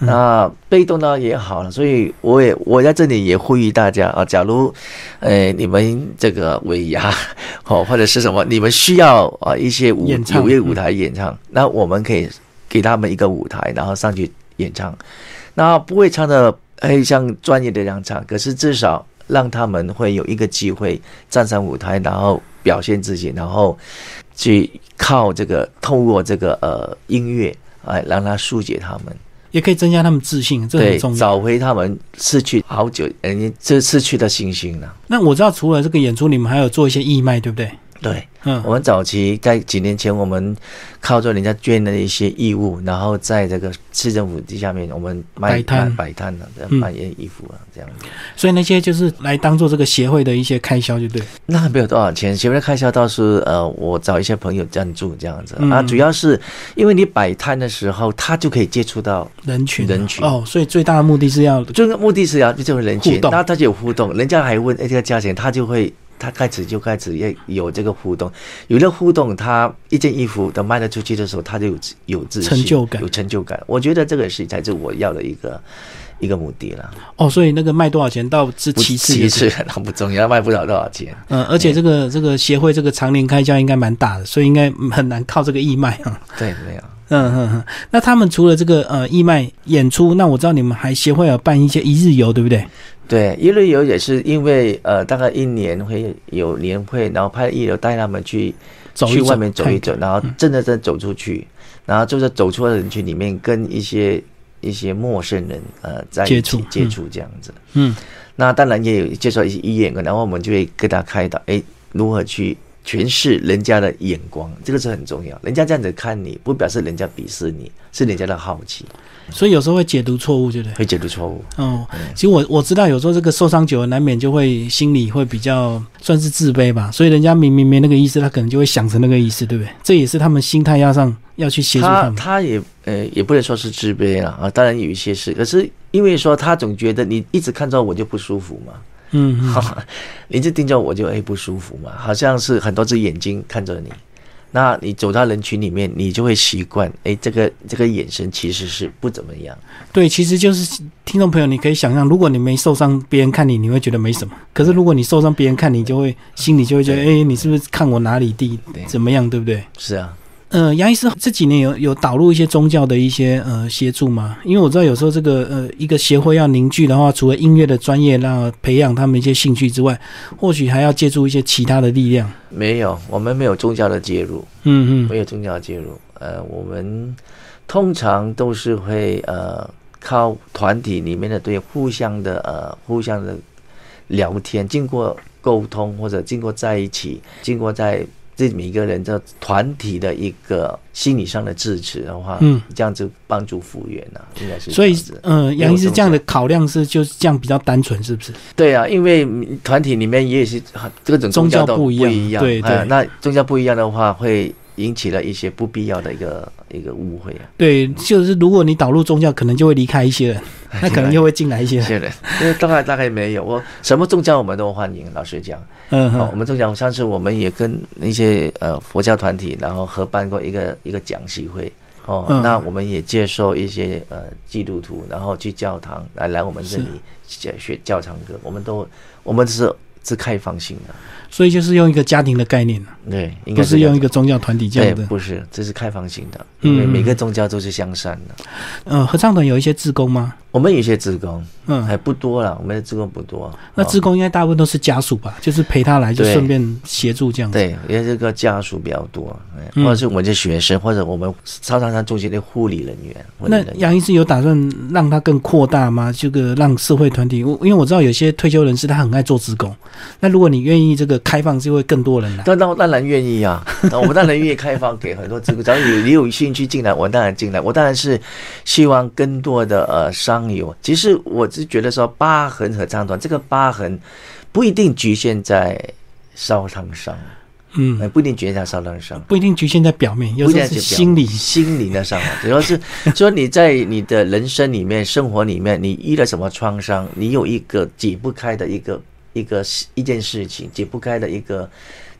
[SPEAKER 1] 嗯
[SPEAKER 2] 那被动呢也好了，所以我也我在这里也呼吁大家啊，假如，呃，你们这个尾牙， 哦或者是什么，你们需要啊一些舞
[SPEAKER 1] 演唱嗯
[SPEAKER 2] 有乐舞台演唱，那我们可以给他们一个舞台，然后上去演唱。那不会唱的，哎，像专业的这样唱，可是至少让他们会有一个机会站上舞台，然后表现自己，然后去靠这个透过这个呃音乐，哎，让他疏解他们，
[SPEAKER 1] 也可以增加他们自信，这
[SPEAKER 2] 对
[SPEAKER 1] 很，重要。
[SPEAKER 2] 找回他们失去好久，嗯，这失去的信心了。
[SPEAKER 1] 那我知道除了这个演出，你们还有做一些义卖，对不对？
[SPEAKER 2] 对
[SPEAKER 1] 嗯
[SPEAKER 2] 我们早期在几年前，我们靠着人家捐的一些义务，然后在这个市政府地下面，我们卖
[SPEAKER 1] 摆摊
[SPEAKER 2] 卖摆摊了，
[SPEAKER 1] 嗯
[SPEAKER 2] 卖衣服啊，这样子。
[SPEAKER 1] 所以那些就是来当做这个协会的一些开销，就对。
[SPEAKER 2] 那没有多少钱，前面的开销倒是呃，我找一些朋友赞助这样子、
[SPEAKER 1] 嗯
[SPEAKER 2] 啊，主要是因为你摆摊的时候，他就可以接触到，
[SPEAKER 1] 人群啊
[SPEAKER 2] 人群
[SPEAKER 1] 哦，所以最大的目的是要
[SPEAKER 2] 就是目的是要这种人
[SPEAKER 1] 互
[SPEAKER 2] 群，
[SPEAKER 1] 动
[SPEAKER 2] 那他就有互动，人家还问哎这个价钱，他就会他开始就开始也有这个互动，有了互动，他一件衣服等卖得出去的时候，他就有自有自信
[SPEAKER 1] 成就感
[SPEAKER 2] 有成就感。我觉得这个是才是我要的一个一个目的了。
[SPEAKER 1] 哦，所以那个卖多少钱到是
[SPEAKER 2] 不
[SPEAKER 1] 其次
[SPEAKER 2] 其
[SPEAKER 1] 也是，
[SPEAKER 2] 次那不重要，卖不了多少 钱。
[SPEAKER 1] 嗯，而且这个这个协会这个常年开销应该蛮大的，所以应该很难靠这个义卖啊。
[SPEAKER 2] 对，没有。
[SPEAKER 1] 嗯嗯嗯，那他们除了这个呃义卖演出，那我知道你们还协会有办一些一日游，对不对？
[SPEAKER 2] 对，一日游也是因为呃，大概一年会有年会，然后派一流带他们去
[SPEAKER 1] 走一
[SPEAKER 2] 去
[SPEAKER 1] 走
[SPEAKER 2] 外面走一走，然后
[SPEAKER 1] 嗯
[SPEAKER 2] 真的在走出去，然后就是走出来的人群里面跟一些一些陌生人呃在一起
[SPEAKER 1] 接触
[SPEAKER 2] 接
[SPEAKER 1] 嗯
[SPEAKER 2] 触这样子。
[SPEAKER 1] 嗯
[SPEAKER 2] 那当然也有介绍一些医院，然后我们就会跟他开导，哎，如何去诠释人家的眼光，这个是很重要。人家这样子看你，不表示人家鄙视你，是人家的好奇，
[SPEAKER 1] 所以有时候会解读错误，对不对？
[SPEAKER 2] 会解读错误。
[SPEAKER 1] 哦，其实我我知道，有时候这个受伤久了，难免就会心里会比较算是自卑吧。所以人家明明没那个意思，他可能就会想成那个意思，对不对？这也是他们心态要上要去协助他
[SPEAKER 2] 他
[SPEAKER 1] 们。
[SPEAKER 2] 他也呃也不能说是自卑了啊，当然有一些是，可是因为说他总觉得你一直看着我就不舒服嘛，
[SPEAKER 1] 嗯嗯，
[SPEAKER 2] 哈哈， 你一直盯着我就哎不舒服嘛，好像是很多只眼睛看着你。那你走到人群里面，你就会习惯，哎，这个这个眼神其实是不怎么样。
[SPEAKER 1] 对，其实就是听众朋友，你可以想象，如果你没受伤，别人看你，你会觉得没什么；可是如果你受伤，别人看你，就会心里就会觉得，哎、你是不是看我哪里地
[SPEAKER 2] 对
[SPEAKER 1] 怎么样，对不对？
[SPEAKER 2] 是啊，
[SPEAKER 1] 呃，杨医师这几年有有导入一些宗教的一些呃协助吗？因为我知道有时候这个呃一个协会要凝聚的话，除了音乐的专业让培养他们一些兴趣之外，或许还要借助一些其他的力量。
[SPEAKER 2] 没有，我们没有宗教的介入，
[SPEAKER 1] 嗯嗯
[SPEAKER 2] 没有宗教的介入。呃，我们通常都是会呃靠团体里面的对互相的呃互相的聊天，经过沟通或者经过在一起，经过在这每个人的团体的一个心理上的支持的话，
[SPEAKER 1] 嗯，
[SPEAKER 2] 这样子帮助复原啊，应该是这
[SPEAKER 1] 所以
[SPEAKER 2] 样子。
[SPEAKER 1] 呃，杨医
[SPEAKER 2] 没有宗
[SPEAKER 1] 师
[SPEAKER 2] 教
[SPEAKER 1] 这样的考量是就是这样比较单纯，是不是？
[SPEAKER 2] 对啊，因为团体里面也是这种宗教
[SPEAKER 1] 宗教
[SPEAKER 2] 都
[SPEAKER 1] 不一
[SPEAKER 2] 样，
[SPEAKER 1] 样对
[SPEAKER 2] 哎
[SPEAKER 1] 对
[SPEAKER 2] 那宗教不一样的话，会引起了一些不必要的一个一个误会啊。
[SPEAKER 1] 对，就是如果你导入宗教，可能就会离开一些 人，那可能就会进来一些
[SPEAKER 2] 有
[SPEAKER 1] 人。
[SPEAKER 2] 些人，因为大概大概没有，我什么宗教我们都欢迎。老实讲，
[SPEAKER 1] 嗯
[SPEAKER 2] 哦，我
[SPEAKER 1] 哼，
[SPEAKER 2] 们宗教上次我们也跟一些呃佛教团体，然后合办过一个一个讲习会。哦，
[SPEAKER 1] 嗯
[SPEAKER 2] 那我们也接受一些呃基督徒，然后去教堂来来我们这里学学教堂歌，我们都我们是是开放性的，
[SPEAKER 1] 所以就是用一个家庭的概念，
[SPEAKER 2] 对，应
[SPEAKER 1] 不
[SPEAKER 2] 该是
[SPEAKER 1] 是
[SPEAKER 2] 这样
[SPEAKER 1] 用一个宗教团体这
[SPEAKER 2] 对，
[SPEAKER 1] 样的。
[SPEAKER 2] 不是，这是开放性的，
[SPEAKER 1] 嗯
[SPEAKER 2] 因为每个宗教都是向善的。
[SPEAKER 1] 呃，合唱团有一些志工吗？
[SPEAKER 2] 我们有些职工
[SPEAKER 1] 嗯，
[SPEAKER 2] 还不多了，我们的职工不多。
[SPEAKER 1] 那
[SPEAKER 2] 哦
[SPEAKER 1] 志工应该大部分都是家属吧，就是陪他来，就
[SPEAKER 2] 对
[SPEAKER 1] 顺便协助这样子。
[SPEAKER 2] 对，因为这个家属比较多，哎
[SPEAKER 1] 嗯
[SPEAKER 2] 或者是我们的学生，或者我们超常山中心的护理人员。护理
[SPEAKER 1] 那
[SPEAKER 2] 人员
[SPEAKER 1] 杨医师有打算让他更扩大吗？这个让社会团体，我因为我知道有些退休人士他很爱做职工，那如果你愿意这个开放，就会更多人来。
[SPEAKER 2] 当当当然愿意啊，那我们当然愿意开放给很多职工，只要你你有兴趣进来，我当然进来。我当然是希望更多的呃商友。其实我是觉得说疤痕合唱团这个疤痕不一定局限在烧烫伤，哎，
[SPEAKER 1] 嗯，
[SPEAKER 2] 不一定局限在烧烫伤。
[SPEAKER 1] 不一定局限在表面，有
[SPEAKER 2] 不
[SPEAKER 1] 时
[SPEAKER 2] 仅
[SPEAKER 1] 候
[SPEAKER 2] 是
[SPEAKER 1] 是
[SPEAKER 2] 表
[SPEAKER 1] 心理。
[SPEAKER 2] 心灵的 伤害，主要是说你在你的人生里面、生活里面，你遇了什么创伤，你有一个解不开的一个一个一件事情，解不开的一个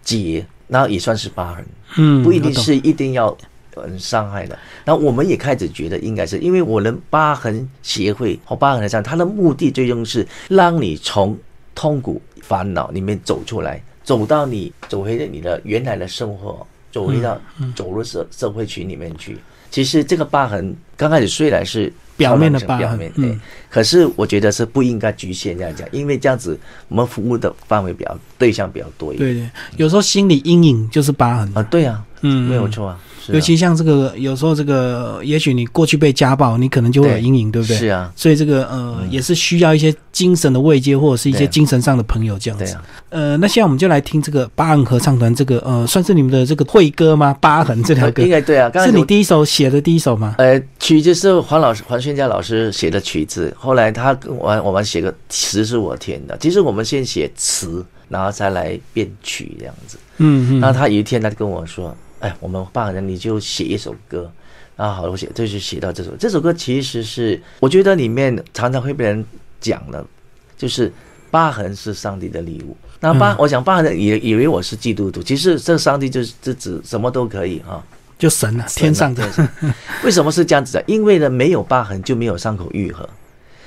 [SPEAKER 2] 结，那也算是疤痕，
[SPEAKER 1] 嗯，
[SPEAKER 2] 不一定
[SPEAKER 1] 我懂。
[SPEAKER 2] 是一定要嗯伤害的。然后我们也开始觉得应该是，因为我们疤痕协会和疤痕的上，它的目的最终是让你从痛苦、烦恼里面走出来，走到你走回你的原来的生活，走回到、
[SPEAKER 1] 嗯
[SPEAKER 2] 走入社社会群里面去。其实这个疤痕刚开始虽然是
[SPEAKER 1] 表面的疤痕
[SPEAKER 2] 表面，
[SPEAKER 1] 嗯
[SPEAKER 2] 对，可是我觉得是不应该局限这样讲，因为这样子我们服务的范围比较对象比较多一点。
[SPEAKER 1] 对对，有时候心理阴影就是疤痕。
[SPEAKER 2] 啊，对啊，
[SPEAKER 1] 嗯，
[SPEAKER 2] 没有错啊，是啊
[SPEAKER 1] 尤其像这个，有时候这个，也许你过去被家暴，你可能就会有
[SPEAKER 2] 对
[SPEAKER 1] 阴影，对不对？
[SPEAKER 2] 是啊，
[SPEAKER 1] 所以这个呃，也是需要一些精神的慰藉，或者是一
[SPEAKER 2] 对
[SPEAKER 1] 些
[SPEAKER 2] 啊
[SPEAKER 1] 精神上的朋友这样子。
[SPEAKER 2] 对啊。
[SPEAKER 1] 呃，那现在我们就来听这个疤痕合唱团这个呃，算是你们的这个会歌吗？疤痕这条歌
[SPEAKER 2] 应该对啊，刚才
[SPEAKER 1] 是你
[SPEAKER 2] 我
[SPEAKER 1] 第一首写的第一首吗？
[SPEAKER 2] 呃曲就是黄老师黄宣佳老师写的曲子，后来他跟我我们写个词是我填的，其实我们先写词，然后再来编曲这样子。
[SPEAKER 1] 嗯
[SPEAKER 2] 然
[SPEAKER 1] 嗯，
[SPEAKER 2] 后他有一天他就跟我说：“哎，我们爸呢，你就写一首歌。”然后好，我写就是写到这首，这首歌其实是我觉得里面常常会被人讲的，就是疤痕是上帝的礼物。那
[SPEAKER 1] 嗯
[SPEAKER 2] 疤，我想疤痕也以为我是基督徒，其实这上帝就是这指什么都可以啊。
[SPEAKER 1] 就神了，天上的。
[SPEAKER 2] 为什么是这样子的？因为呢，没有疤痕就没有伤口愈合。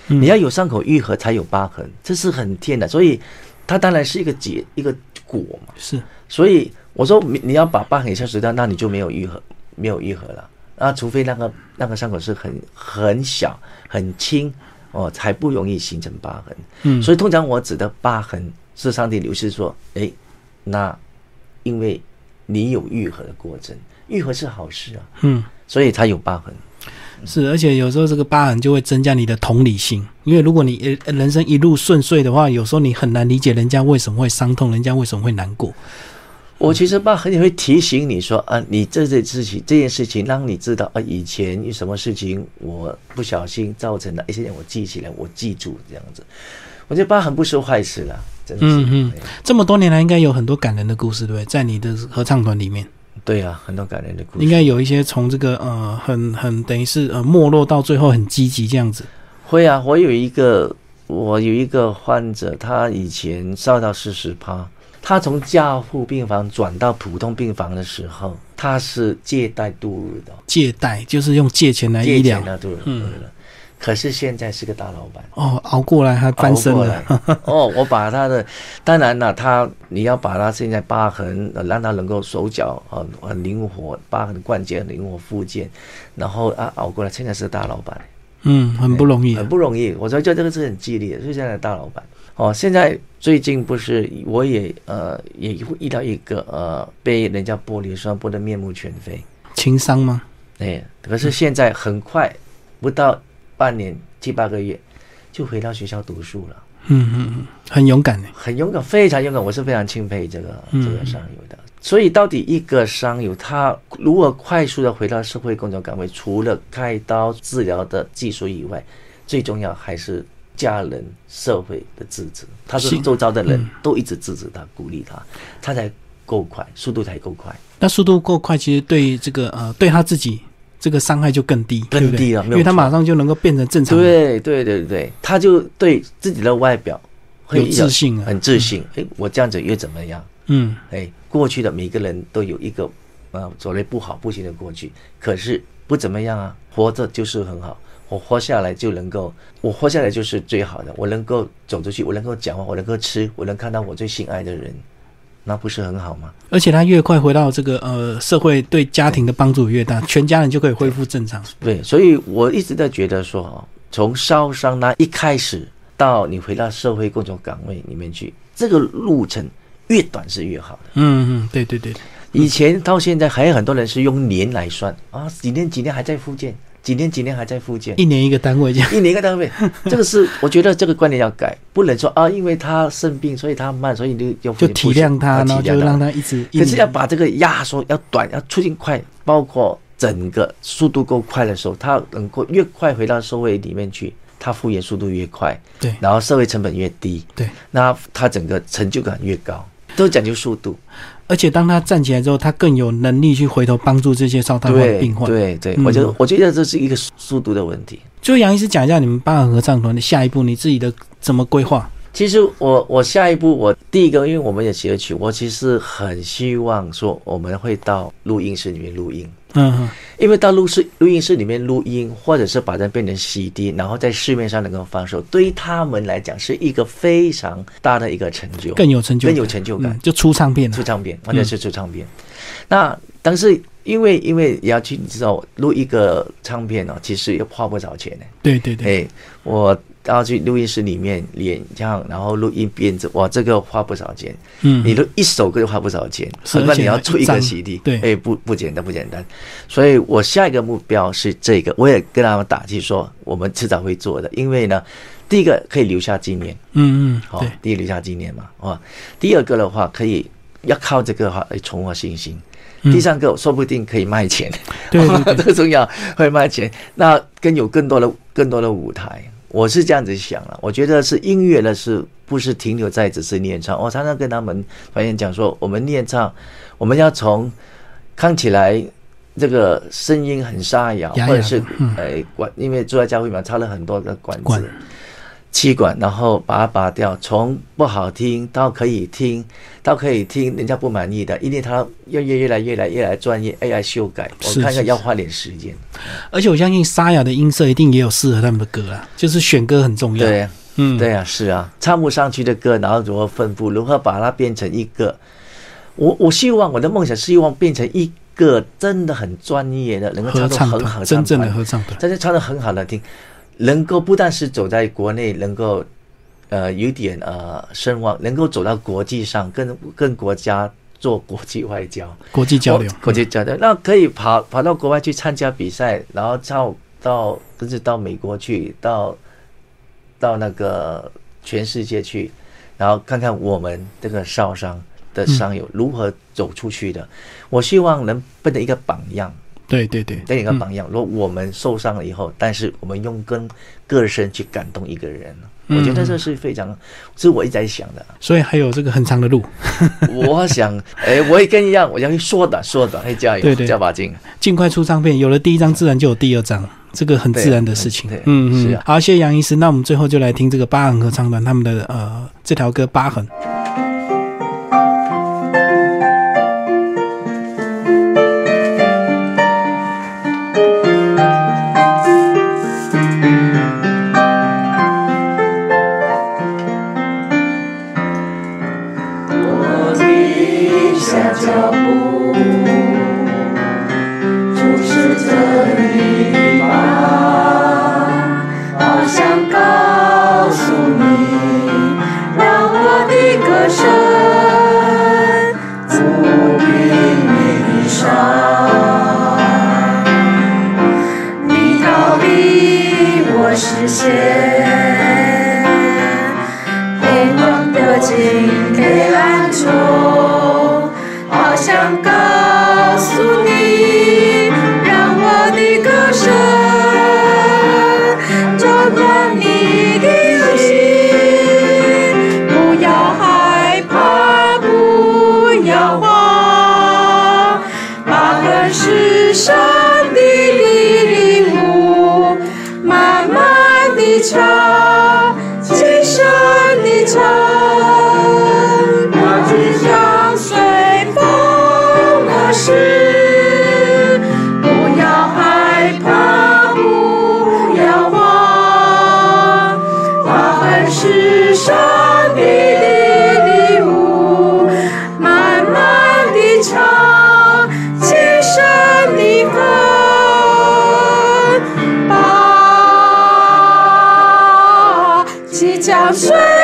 [SPEAKER 1] 嗯
[SPEAKER 2] 你要有伤口愈合才有疤痕，这是很天的，所以它当然是一个结一个果嘛。
[SPEAKER 1] 是
[SPEAKER 2] 所以我说你你要把疤痕消除掉，那你就没有愈合，没有愈合了。那除非那个那个伤口是很很小很轻哦，才不容易形成疤痕。
[SPEAKER 1] 嗯
[SPEAKER 2] 所以通常我指的疤痕是上帝流失说，哎，那因为你有愈合的过程，愈合是好事啊，
[SPEAKER 1] 嗯。
[SPEAKER 2] 所以才有疤痕。
[SPEAKER 1] 是，而且有时候这个疤痕就会增加你的同理心，因为如果你呃人生一路顺遂的话，有时候你很难理解人家为什么会伤痛，人家为什么会难过。
[SPEAKER 2] 我其实吧，很会提醒你说啊，你这件事情，这件事情让你知道啊，以前有什么事情我不小心造成的，哎，现在我记起来，我记住这样子。我觉得疤痕不是坏事啦，真的是。
[SPEAKER 1] 嗯嗯
[SPEAKER 2] 哎
[SPEAKER 1] 这么多年来，应该有很多感人的故事，对不对？在你的合唱团里面，
[SPEAKER 2] 对啊，很多感人的故事。
[SPEAKER 1] 应该有一些从这个呃很很等于是呃没落到最后很积极这样子。
[SPEAKER 2] 会啊，我有一个，我有一个患者，他以前烧到四十趴，他从加护病房转到普通病房的时候，他是借贷度日的，
[SPEAKER 1] 借贷就是用借钱来
[SPEAKER 2] 借
[SPEAKER 1] 哎医疗嗯
[SPEAKER 2] 钱，啊度日的。可是现在是个大老板，
[SPEAKER 1] 哦，熬过来还翻身
[SPEAKER 2] 熬过
[SPEAKER 1] 了
[SPEAKER 2] 来。哦，我把他的，当然了，他你要把他现在疤痕，呃让他能够手脚啊很灵活，疤痕关节很灵活复健，然后啊熬过来，现在是大老板。
[SPEAKER 1] 嗯，很不容易啊
[SPEAKER 2] 很。不容易。我说就这个是很激烈的，所以现在的大老板哦，现在最近不是我也呃也会遇到一个呃被人家玻璃霜剥得面目全非，
[SPEAKER 1] 情商吗？
[SPEAKER 2] 哎，可是现在很快不到半年七八个月就回到学校读书了，
[SPEAKER 1] 嗯嗯嗯，很勇敢的。
[SPEAKER 2] 很勇敢，非常勇敢，我是非常钦佩这个这
[SPEAKER 1] 嗯
[SPEAKER 2] 个商友的。所以到底一个商友他如何快速的回到社会工作岗位，除了开刀治疗的技术以外，最重要还是家人、社会的支持。他是
[SPEAKER 1] 是嗯
[SPEAKER 2] 周遭的人都一直支持他、鼓励他，他才够快，速度才够快。
[SPEAKER 1] 那速度够快，其实对这个呃对他自己这个伤害就更低，
[SPEAKER 2] 更
[SPEAKER 1] 对
[SPEAKER 2] 低
[SPEAKER 1] 不
[SPEAKER 2] 了
[SPEAKER 1] 对
[SPEAKER 2] 没有
[SPEAKER 1] 因为他
[SPEAKER 2] 错
[SPEAKER 1] 马上就能够变成正常人，
[SPEAKER 2] 对对对对，他就对自己的外表会
[SPEAKER 1] 有自信啊。
[SPEAKER 2] 很自信。诶，我这样子又怎么样？
[SPEAKER 1] 嗯，
[SPEAKER 2] 哎，过去的每个人都有一个呃所谓不好不行的过去，可是不怎么样啊，活着就是很好。我活下来就能够，我活下来就是最好的。我能够走出去，我能够讲话，我能够吃，我能看到我最心爱的人，那不是很好吗？
[SPEAKER 1] 而且他越快回到这个呃社会，对家庭的帮助越大，全家人就可以恢复正常。
[SPEAKER 2] 对，所以我一直在觉得说，哦从烧伤那一开始到你回到社会工作岗位里面去，这个路程越短是越好的。
[SPEAKER 1] 嗯嗯，对对对，
[SPEAKER 2] 以前到现在还有很多人是用年来算啊，几年几年还在复健，几年几年还在复健，
[SPEAKER 1] 一年一个单位这样。
[SPEAKER 2] 一年一个 单位，这个是我觉得这个观念要改，不能说啊，因为他生病，所以他慢，所以你就
[SPEAKER 1] 就体谅他，
[SPEAKER 2] 啊
[SPEAKER 1] 然后
[SPEAKER 2] 体谅
[SPEAKER 1] 就让他一直。一
[SPEAKER 2] 可是
[SPEAKER 1] 年
[SPEAKER 2] 要把这个压缩，要短，要促进快，包括整个速度够快的时候，他能够越快回到社会里面去，他复原速度越快，
[SPEAKER 1] 对
[SPEAKER 2] 然后社会成本越低，
[SPEAKER 1] 对，
[SPEAKER 2] 那他整个成就感越高，都讲究速度。
[SPEAKER 1] 而且当他站起来之后，他更有能力去回头帮助这些烧炭患
[SPEAKER 2] 对
[SPEAKER 1] 病患。
[SPEAKER 2] 对对，
[SPEAKER 1] 嗯
[SPEAKER 2] 我觉得我觉得这是一个速速度的问题。
[SPEAKER 1] 最后，杨医师讲一下你们八合合唱团的下一步，你自己的怎么规划？
[SPEAKER 2] 其实我我下一步我第一个，因为我们也写了曲，我其实很希望说我们会到录音室里面录音，
[SPEAKER 1] 嗯嗯
[SPEAKER 2] 因为到录室录音室里面录音，或者是把它变成 CD，然后在市面上能够发售，对于他们来讲是一个非常大的一个成就，
[SPEAKER 1] 更有成就感，
[SPEAKER 2] 更有成就感
[SPEAKER 1] 嗯，就出唱片了
[SPEAKER 2] 出。唱片，完全是出唱片。那但是因为因为也要去你知道录一个唱片哦，其实要花不少钱呢、
[SPEAKER 1] 对对对，
[SPEAKER 2] 哎，我要去录音室里面演唱，然后录音编制，哇，这个花不少钱。
[SPEAKER 1] 嗯，
[SPEAKER 2] 你录一首歌就花不少钱，
[SPEAKER 1] 是
[SPEAKER 2] 那
[SPEAKER 1] 而且
[SPEAKER 2] 你要做一
[SPEAKER 1] 还
[SPEAKER 2] 个
[SPEAKER 1] 一张
[SPEAKER 2] CD，
[SPEAKER 1] 对
[SPEAKER 2] 哎，不不简单，不简单。所以我下一个目标是这个，我也跟他们打气说，我们迟早会做的，因为呢，第一个可以留下纪念，
[SPEAKER 1] 嗯嗯，
[SPEAKER 2] 好、
[SPEAKER 1] 对。
[SPEAKER 2] 第一留下纪念嘛，啊、第二个的话可以要靠这个哈来哎重获信心。
[SPEAKER 1] 嗯
[SPEAKER 2] 第三个，说不定可以卖钱，
[SPEAKER 1] 对对对
[SPEAKER 2] 这个重要，会卖钱。那更有更多的更多的舞台，我是这样子想啊了。我觉得是音乐呢，是不是停留在只是练唱？我常常跟他们团员讲说，我们练唱，我们要从看起来这个声音很沙哑，
[SPEAKER 1] 哑哑的
[SPEAKER 2] 或者是哎
[SPEAKER 1] 嗯
[SPEAKER 2] 呃管，因为住在教会嘛，插了很多的管子。
[SPEAKER 1] 管
[SPEAKER 2] 气管，然后把它拔掉，从不好听到可以听，到可以听，人家不满意的，因为他越越越来越来越来专业，越来修改，我
[SPEAKER 1] 是
[SPEAKER 2] 看一下
[SPEAKER 1] 是
[SPEAKER 2] 要花点时间。
[SPEAKER 1] 而且我相信沙哑的音色一定也有适合他们的歌啦，就是选歌很重要。
[SPEAKER 2] 对，
[SPEAKER 1] 嗯，
[SPEAKER 2] 对啊，是啊，唱不上去的歌，然后如何分布，如何把它变成一个，我我希望我的梦想是希望变成一个真的很专业的，能够
[SPEAKER 1] 合
[SPEAKER 2] 唱出
[SPEAKER 1] 唱
[SPEAKER 2] 很好
[SPEAKER 1] 团，真正的
[SPEAKER 2] 团，
[SPEAKER 1] 合唱团。
[SPEAKER 2] 真正唱的很好的听，能够不但是走在国内，能够呃有点呃声望，能够走到国际上，跟跟国家做国际外交。
[SPEAKER 1] 国际交流
[SPEAKER 2] 国，国际交流，那可以跑跑到国外去参加比赛，然后到到甚至到美国去，到到那个全世界去，然后看看我们这个烧伤的商
[SPEAKER 1] 嗯
[SPEAKER 2] 友如何走出去的。我希望能变成一个榜样，
[SPEAKER 1] 对对嗯对，
[SPEAKER 2] 变成一个榜样。如果我们受伤了以后，但是我们用跟个身去感动一个人，
[SPEAKER 1] 嗯
[SPEAKER 2] 我觉得这是非常，是我一直在想的。
[SPEAKER 1] 所以还有这个很长的路，
[SPEAKER 2] 我想， 哎，我也跟一样，我要去说的说的，嘿，加油，
[SPEAKER 1] 对对
[SPEAKER 2] 加把劲。
[SPEAKER 1] 尽快出唱片，有了第一张，自然就有第二张，这个很自然的事情
[SPEAKER 2] 对啊。
[SPEAKER 1] 嗯嗯，
[SPEAKER 2] 是啊
[SPEAKER 1] 好，谢谢杨医师。那我们最后就来听这个疤痕合唱团他们的呃这条歌《疤痕》。
[SPEAKER 3] 我停下脚步，注视着你吧，好想告诉你，让我的歌声抚平你的伤。你逃避我视线，黑蒙的今黑暗中，好想告诉你，让我的歌声照亮你的心，不要害怕，不要慌，把恨世上的礼物，慢慢地唱，轻声地唱，我只想随风而逝，不要害怕，不要慌，把恨世上的礼物，慢慢地唱，轻声地哼，把即将随